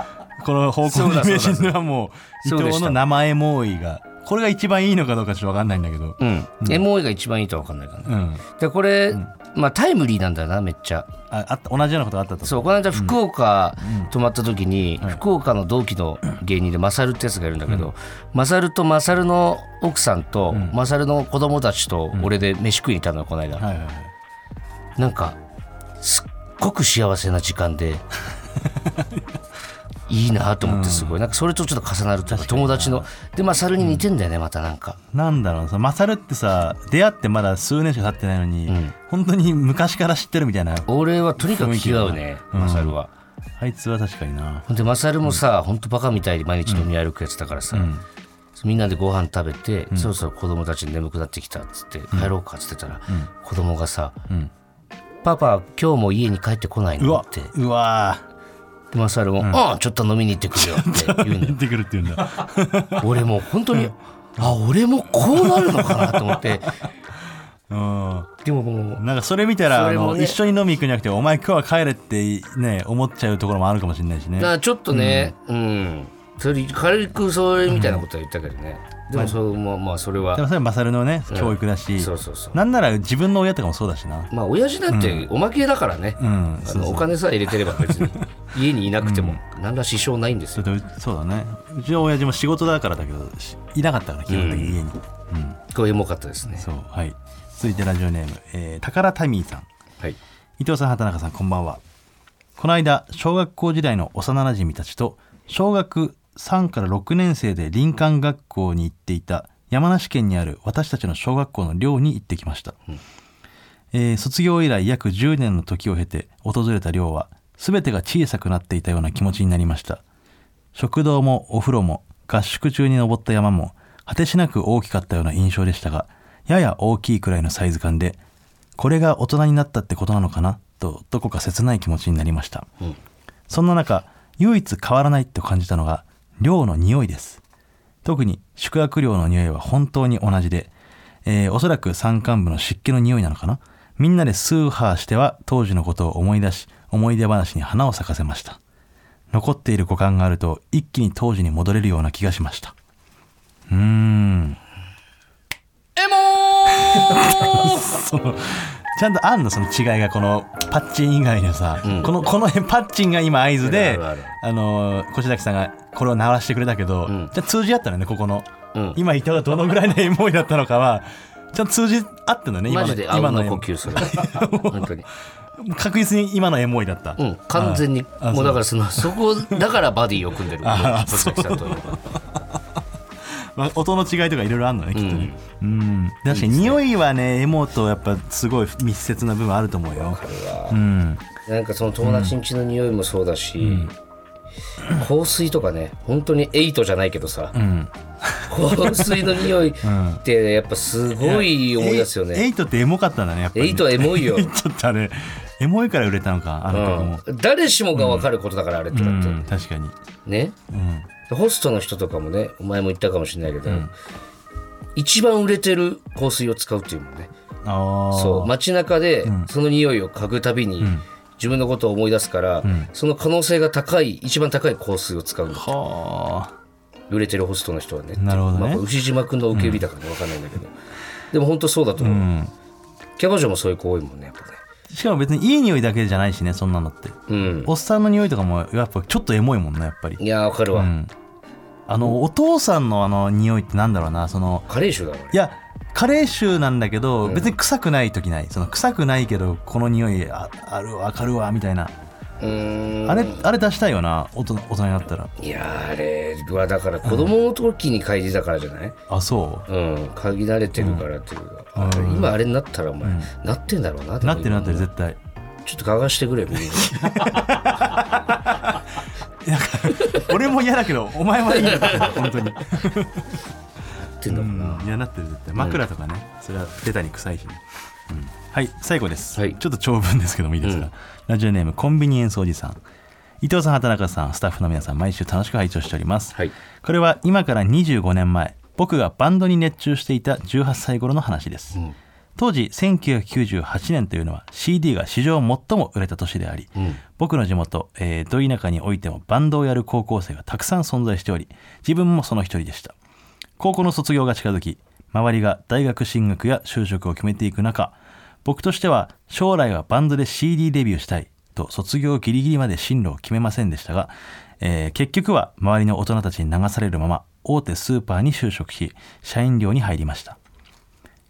S3: この方向のイメージではもう伊
S2: そうだそうだ
S3: 藤の名前も多いが、これが一番いいのかどうかちょっとわかんないんだけど。
S2: うん、エモいが一番いいとは分かんないからね、
S3: うん。
S2: でこれ、まあタイムリーなんだよなめっちゃ
S3: あ、あった同じようなことがあったと。
S2: そうこの間福岡泊まった時に、福岡の同期の芸人でマサルってやつがいるんだけど、マサルとマサルの奥さんと、マサルの子供たちと俺で飯食いに行ったのよこの間、
S3: はいはいはい。
S2: なんかすっごく幸せな時間 [LAUGHS] でいいなと思ってすごい、なんかそれとちょっと重なるというか友達のでマサルに似てんだよねまたなんか、
S3: なんだろうさ、マサルってさ、出会ってまだ数年しか経ってないのに、本当に昔から知ってるみたいな。
S2: 俺はとにかく気が合うね、マサルは。
S3: あいつは確かにな。
S2: ほんでマサルもさ、ほんとバカみたいに毎日飲み歩くやつだからさ、みんなでご飯食べて、そろそろ子供たちに眠くなってきたっつって、帰ろうかっつってたら、子供がさ、
S3: ん
S2: パパ今日も家に帰ってこないうの
S3: わ
S2: ってで、
S3: うわ
S2: マサルも「ああちょっと飲みに行ってくるよ」って言うの
S3: ー。
S2: よ
S3: 出てくるって言うんだ。
S2: [LAUGHS] 俺もう本当にあ俺もこうなるのかなと思って
S3: うん。
S2: でももう
S3: なんかそれ見たら、
S2: そ
S3: あ
S2: れも
S3: の
S2: ね
S3: 一緒に飲み行くんじゃなくてお前今日は帰れってね思っちゃうところもあるかもしれないしね
S2: だからちょっとねうん、それ軽くそれみたいなことは言ったけどね、でもそう、まあ、まあそれは
S3: でもそれはマサルのね教育だし、
S2: そうそうそう
S3: なんなら自分の親とかもそうだしな
S2: まあ親父なんておまけだからね、
S3: うん
S2: あ
S3: そう
S2: の
S3: そ
S2: お
S3: う
S2: 金さえ入れてれば別
S3: [LAUGHS]
S2: に家にいなくても何ら支障ないんです
S3: そ
S2: よ、
S3: れとそうだねうちの親父も仕事だからだけどしいなかったから基本的に家に、
S2: これエモかったですね
S3: そうはい続いてラジオネーム、えー、宝タミーさん
S2: はい
S3: 伊藤さん畑中さんこんばんはこの間小学校時代の幼なじみたちと小学3から6年生で林間学校に行っていた山梨県にある私たちの小学校の寮に行ってきました、えー卒業以来約10年の時を経て訪れた寮は全てが小さくなっていたような気持ちになりました食堂もお風呂も合宿中に登った山も果てしなく大きかったような印象でしたがやや大きいくらいのサイズ感でこれが大人になったってことなのかなとどこか切ない気持ちになりました、そんな中唯一変わらないと感じたのが寮の匂いです特に宿泊料の匂いは本当に同じで、えーおそらく山間部の湿気の匂いなのかなみんなでスーハーしては当時のことを思い出し思い出話に花を咲かせました残っている五感があると一気に当時に戻れるような気がしましたうーん [LAUGHS] エモーちゃんとあんのその違いがこのパッチン以外のさ、このこの辺パッチンが今合図で
S2: あるある
S3: あのー、越崎さんがこれを鳴らしてくれたけど、
S2: ん
S3: じゃあ通じ合ったのねここの、
S2: うん
S3: 今いたがどのぐらいのエモいだったのかはちゃんと通じ合ってんのね今
S2: マジ
S3: の
S2: であうんの呼
S3: 今
S2: 吸する。本
S3: [LAUGHS]
S2: 当に。
S3: の確実に今のエモいだった、
S2: うん、完全に。
S3: あ
S2: もうだからそ
S3: [LAUGHS]
S2: の、そこ、だからバディを組んでる。
S3: あ
S2: 松崎さんとの。
S3: まあ音の違いとかいろいろあるのねきっとねうん、だし匂いはねエモとやっぱすごい密接な部分あると思うようん
S2: なんかその友達ん家の匂いもそうだし、香水とかね、本当にエイトじゃないけどさ、
S3: うん
S2: 香水の匂いってやっぱすごい思い出すよ
S3: [LAUGHS] エイエ
S2: ね。
S3: イトってエモかったんだねやっぱり
S2: エイトはエモいよ
S3: [LAUGHS] エ。イトってあれエモいから売れたのかあの曲も、
S2: うん誰しもが分かることだから、あれってだ
S3: うん
S2: って。
S3: 確かに
S2: ね、
S3: ん
S2: ホストの人とかもねお前も言ったかもしれないけど、一番売れてる香水を使うっていうもんね
S3: ああ
S2: そう街中でその匂いを嗅ぐたびに、自分のことを思い出すから、その可能性が高い一番高い香水を使うんだ
S3: はあ
S2: 売れてるホストの人はね
S3: なるほどね
S2: まあ、牛島君の受け売りだからねわかんないんだけど、でも本当そうだと思う、
S3: うん
S2: キャバ嬢もそういう子多いもんねやっぱね
S3: しかも別にいい匂いだけじゃないしねそんなのって
S2: うん
S3: おっさんの匂いとかもやっぱちょっとエモいもんなやっぱり
S2: いやーわかるわ、
S3: うんあのお父さんのあの匂いってなんだろうなその
S2: カレー臭だろ
S3: いやカレー臭なんだけど別に臭くない時ないその臭くないけどこの匂いああるわかるわみたいな
S2: うーん
S3: あれあれ出したいよな大人大人になったら
S2: いやーあれはだから子供の時に嗅いでたからじゃない、
S3: あそ
S2: うん、限られてるからっていうか、あ今あれになったらお前、なってんだろうな
S3: うなってるなって
S2: て
S3: る絶対
S2: ちょっと嗅がしてくれみんな
S3: 俺も嫌だけどお前はいいよ本当に
S2: なってんだろうな、
S3: いやなってる絶対枕とかね、それは出たに臭いしね、うんはい最後です、
S2: はい
S3: ちょっと長文ですけどもいいですか、
S2: うん
S3: ラジオネームコンビニエンスおじさん伊藤さん畑中さんスタッフの皆さん毎週楽しく拝聴しております、
S2: はい
S3: これは今から25年前僕がバンドに熱中していた18歳頃の話です、
S2: ん
S3: 当時1998年というのは CD が史上最も売れた年であり、
S2: ん
S3: 僕の地元、えー、ど田舎においてもバンドをやる高校生がたくさん存在しており自分もその一人でした高校の卒業が近づき周りが大学進学や就職を決めていく中僕としては将来はバンドで CD デビューしたいと卒業ギリギリまで進路を決めませんでしたが、えー結局は周りの大人たちに流されるまま大手スーパーに就職し社員寮に入りました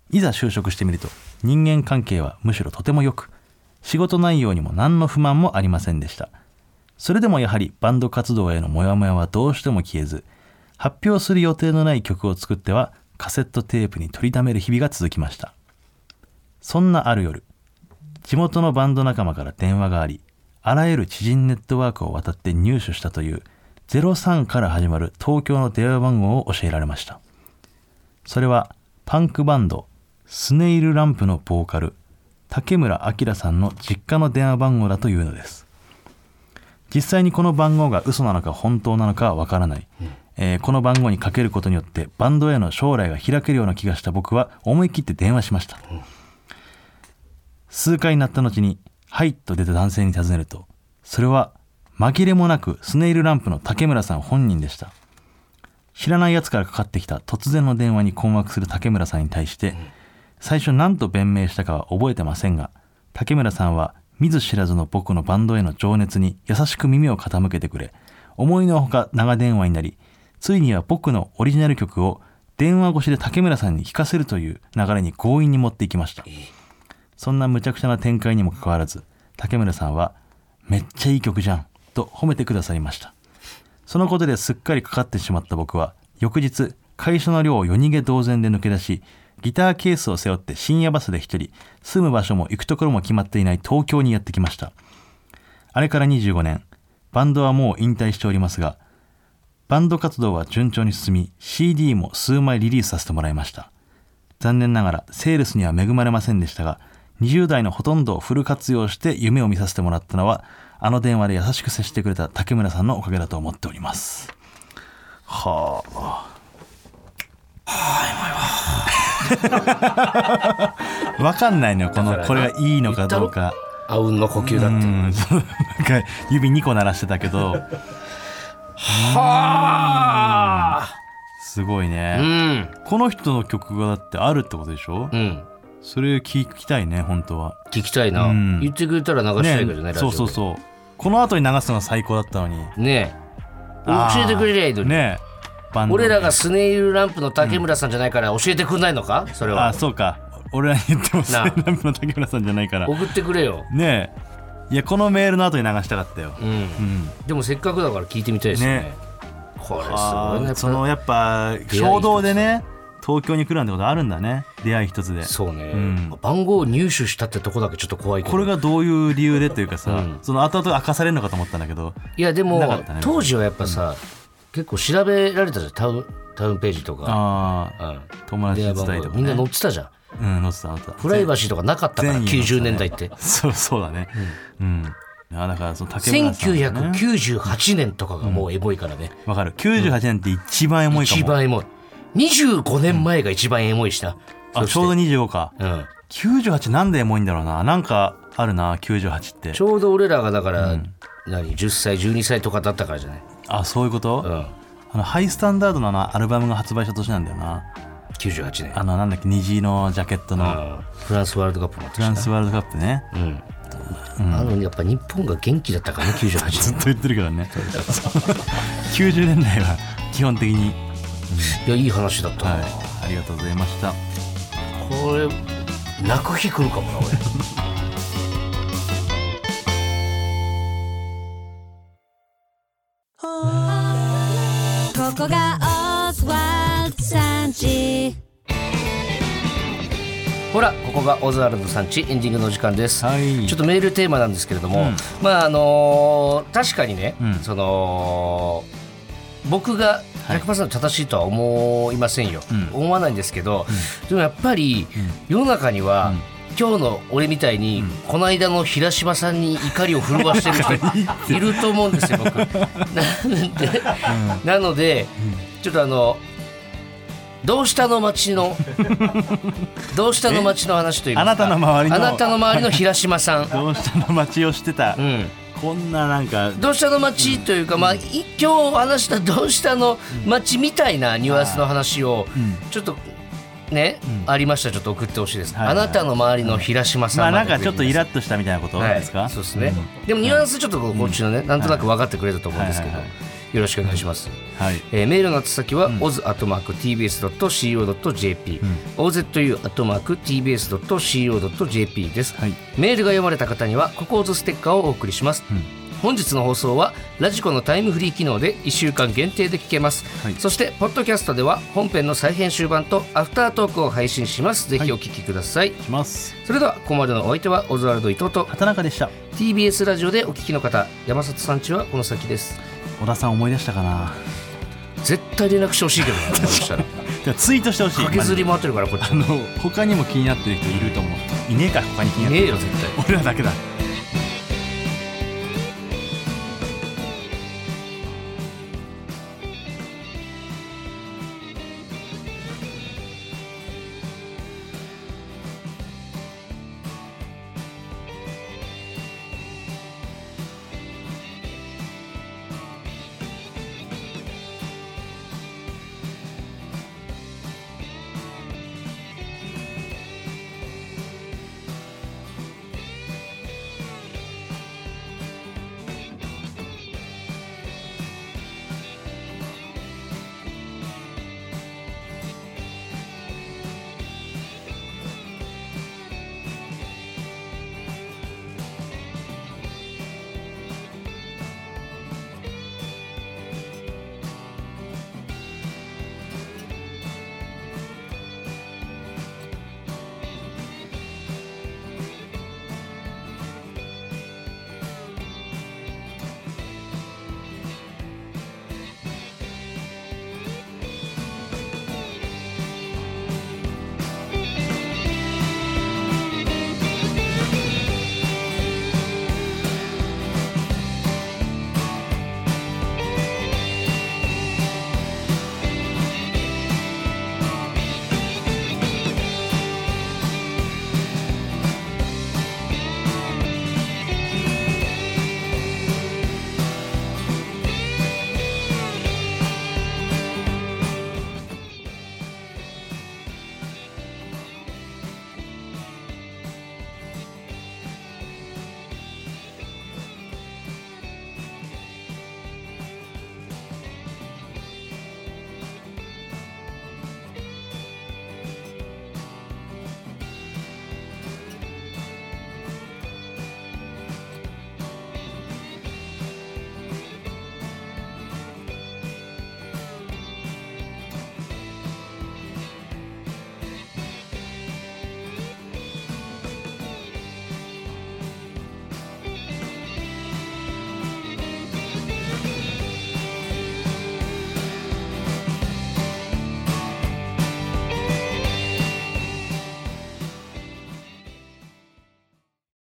S3: いざ就職してみると人間関係はむしろとても良く仕事内容にも何の不満もありませんでしたそれでもやはりバンド活動へのモヤモヤはどうしても消えず発表する予定のない曲を作ってはカセットテープに取りためる日々が続きましたそんなある夜地元のバンド仲間から電話がありあらゆる知人ネットワークを渡って入手したという03から始まる東京の電話番号を教えられましたそれはパンクバンドスネイルランプのボーカル竹村明さんの実家の電話番号だというのです実際にこの番号が嘘なのか本当なのかはわからない、えーこの番号にかけることによってバンドへの将来が開けるような気がした僕は思い切って電話しました、数回鳴った後に「はい」と出た男性に尋ねるとそれは紛れもなくスネイルランプの竹村さん本人でした知らない奴からかかってきた突然の電話に困惑する竹村さんに対して、最初何と弁明したかは覚えてませんが竹村さんは見ず知らずの僕のバンドへの情熱に優しく耳を傾けてくれ思いのほか長電話になりついには僕のオリジナル曲を電話越しで竹村さんに聴かせるという流れに強引に持っていきましたそんな無茶苦茶な展開にもかかわらず竹村さんは「めっちゃいい曲じゃん」と褒めてくださりましたそのことですっかりかかってしまった僕は翌日会社の寮を夜逃げ同然で抜け出しギターケースを背負って深夜バスで一人住む場所も行くところも決まっていない東京にやってきましたあれから25年バンドはもう引退しておりますがバンド活動は順調に進み CD も数枚リリースさせてもらいました残念ながらセールスには恵まれませんでしたが20代のほとんどをフル活用して夢を見させてもらったのはあの電話で優しく接してくれた竹村さんのおかげだと思っておりますはあ [LAUGHS] はあわかんないのよこのこれがいいのかどうか
S2: あうんの呼吸だっ
S3: う
S2: て。
S3: んそうなんか指2個鳴らしてたけど
S2: はあ。
S3: すごいうね、
S2: ん。
S3: この人の曲がだってあるってことでしょ、
S2: うん。
S3: それ聞きたいね本当は
S2: 聞きたいな
S3: うん。
S2: 言ってくれたら流したいけどね。ラジ
S3: そ
S2: オ
S3: う
S2: で
S3: そうそうこの後に流すのが最高だったのに
S2: ねえ。
S3: あー
S2: 教えてくれりゃいいのに。
S3: ねえバンド
S2: 俺らがスネイルランプの竹村さんじゃないから教えてくんないのかそれ
S3: あ
S2: は。
S3: そうか俺らに言ってもス
S2: なあ
S3: ランプの竹村さんじゃないから
S2: 送ってくれよ。
S3: ねえいやこのメールの後に流したかったよ、
S2: うん。
S3: うん
S2: でもせっかくだから聞いてみたいですよね
S3: ね。
S2: これす
S3: あ
S2: ごいね。
S3: ーそのやっぱ
S2: 出会い
S3: 衝動でね東京に来るなんてことあるんだね出会い一つで
S2: そうね、
S3: うん
S2: 番号を入手したってとこだけちょっと怖いけど
S3: これがどういう理由でというかさ、
S2: うん
S3: その後々明かされるのかと思ったんだけど
S2: いやでも、
S3: なかったね
S2: 当時はやっぱさ、結構調べられたじゃんタウンタウンページとか、
S3: ああ
S2: うん、
S3: 友達
S2: 電
S3: に
S2: 話
S3: 伝え
S2: 番
S3: て
S2: 号
S3: も、
S2: みんな載
S3: ね
S2: っ、てたじゃん
S3: うん乗ってた乗ってた
S2: プライバシーとかなかったから
S3: 全員載ってた
S2: 90
S3: ね
S2: 年代って、
S3: そうそうだねうん、あだからその竹村さん、ね、
S2: 1998年とかがもうエモいからね、
S3: わかる98年って一番エモいかも、
S2: 一番エモい25年前が一番エモいしな、
S3: あちょうど
S2: ど、
S3: 25か
S2: うん、
S3: 98なんでエモいんだろうななんかあるな98って
S2: ちょうど俺らがだから、何10歳12歳とかだったからじゃない、
S3: あそういうこと、
S2: うん、
S3: あのハイスタンダードのあのアルバムが発売した年なんだよな
S2: 98年
S3: あのなんだっけ虹のジャケットの
S2: うんフランスワールドカップもあった
S3: フ
S2: し
S3: ラ
S2: な
S3: ンスワールドカップね
S2: うんあのやっぱ日本が元気だったからね98
S3: ずっと言ってるけどね [LAUGHS] 90年代は基本的に、
S2: 年いやいい話だったな、
S3: はい、ありがとうございました
S2: これ泣く日来るかもな俺
S6: ここがオズワルドさんち
S2: [LAUGHS] ほらここがオズワルドさんちエンディングの時間です、
S3: はい
S2: ちょっとメールテーマなんですけれども、
S3: うん
S2: まああのー確かにね、
S3: うん
S2: その僕が100%正しいとは思いませんよ、
S3: うん
S2: 思わないんですけど、でもやっぱり世の中には、今日の俺みたいに、この間の平島さんに怒りを震わしてる人いると思うんです
S3: [LAUGHS]
S2: よ僕。なんで、なので、ちょっとあのどうしたの町の
S3: [LAUGHS]
S2: どうしたの町の話というか
S3: あなたの周りの
S2: あなたの周りの平島さん。
S3: どうしたの街をしてた、
S2: うん
S3: こんななんか
S2: どうしたの町というか、まあ、い今日話したどうしたの町みたいなニュアンスの話を
S3: うん
S2: ちょっとね、ありましたらちょっと送ってほしいです、
S3: はいはい
S2: あなたの周りの平島さ
S3: まあ
S2: ん
S3: な
S2: ま
S3: ん
S2: で
S3: かちょっとイラッとしたみたいなことですか、
S2: はい、そうですね、でもニュアンスちょっとこうこっちのね、なんとなく分かってくれたと思うんですけど、
S3: はいはい
S2: よろしくお願いします、
S3: はい
S2: えーメールの宛先は、oz.tbs.co.jp、ozu.tbs.co.jp です、
S3: はい
S2: メールが読まれた方にはココーズステッカーをお送りします、本日の放送はラジコのタイムフリー機能で1週間限定で聞けます、
S3: はい
S2: そしてポッドキャストでは本編の再編集版とアフタートークを配信しますぜひお聞きください、
S3: します
S2: それではここまでのお相手はオズワルド伊藤と
S3: 畑中でした
S2: TBS ラジオでお聞きの方山里さんちはこの先です
S3: 小田さん思い出したかな
S2: 絶対連絡してほしいけ [LAUGHS] どなこうしたら
S3: じゃあツイートしてほしい
S2: 駆けずり回ってるからこっち
S3: あの他にも気になってる人いると思ういねえか他に気に
S2: い
S3: なっ
S2: ね
S3: て
S2: え
S3: る
S2: よ絶対
S3: 俺らだけだ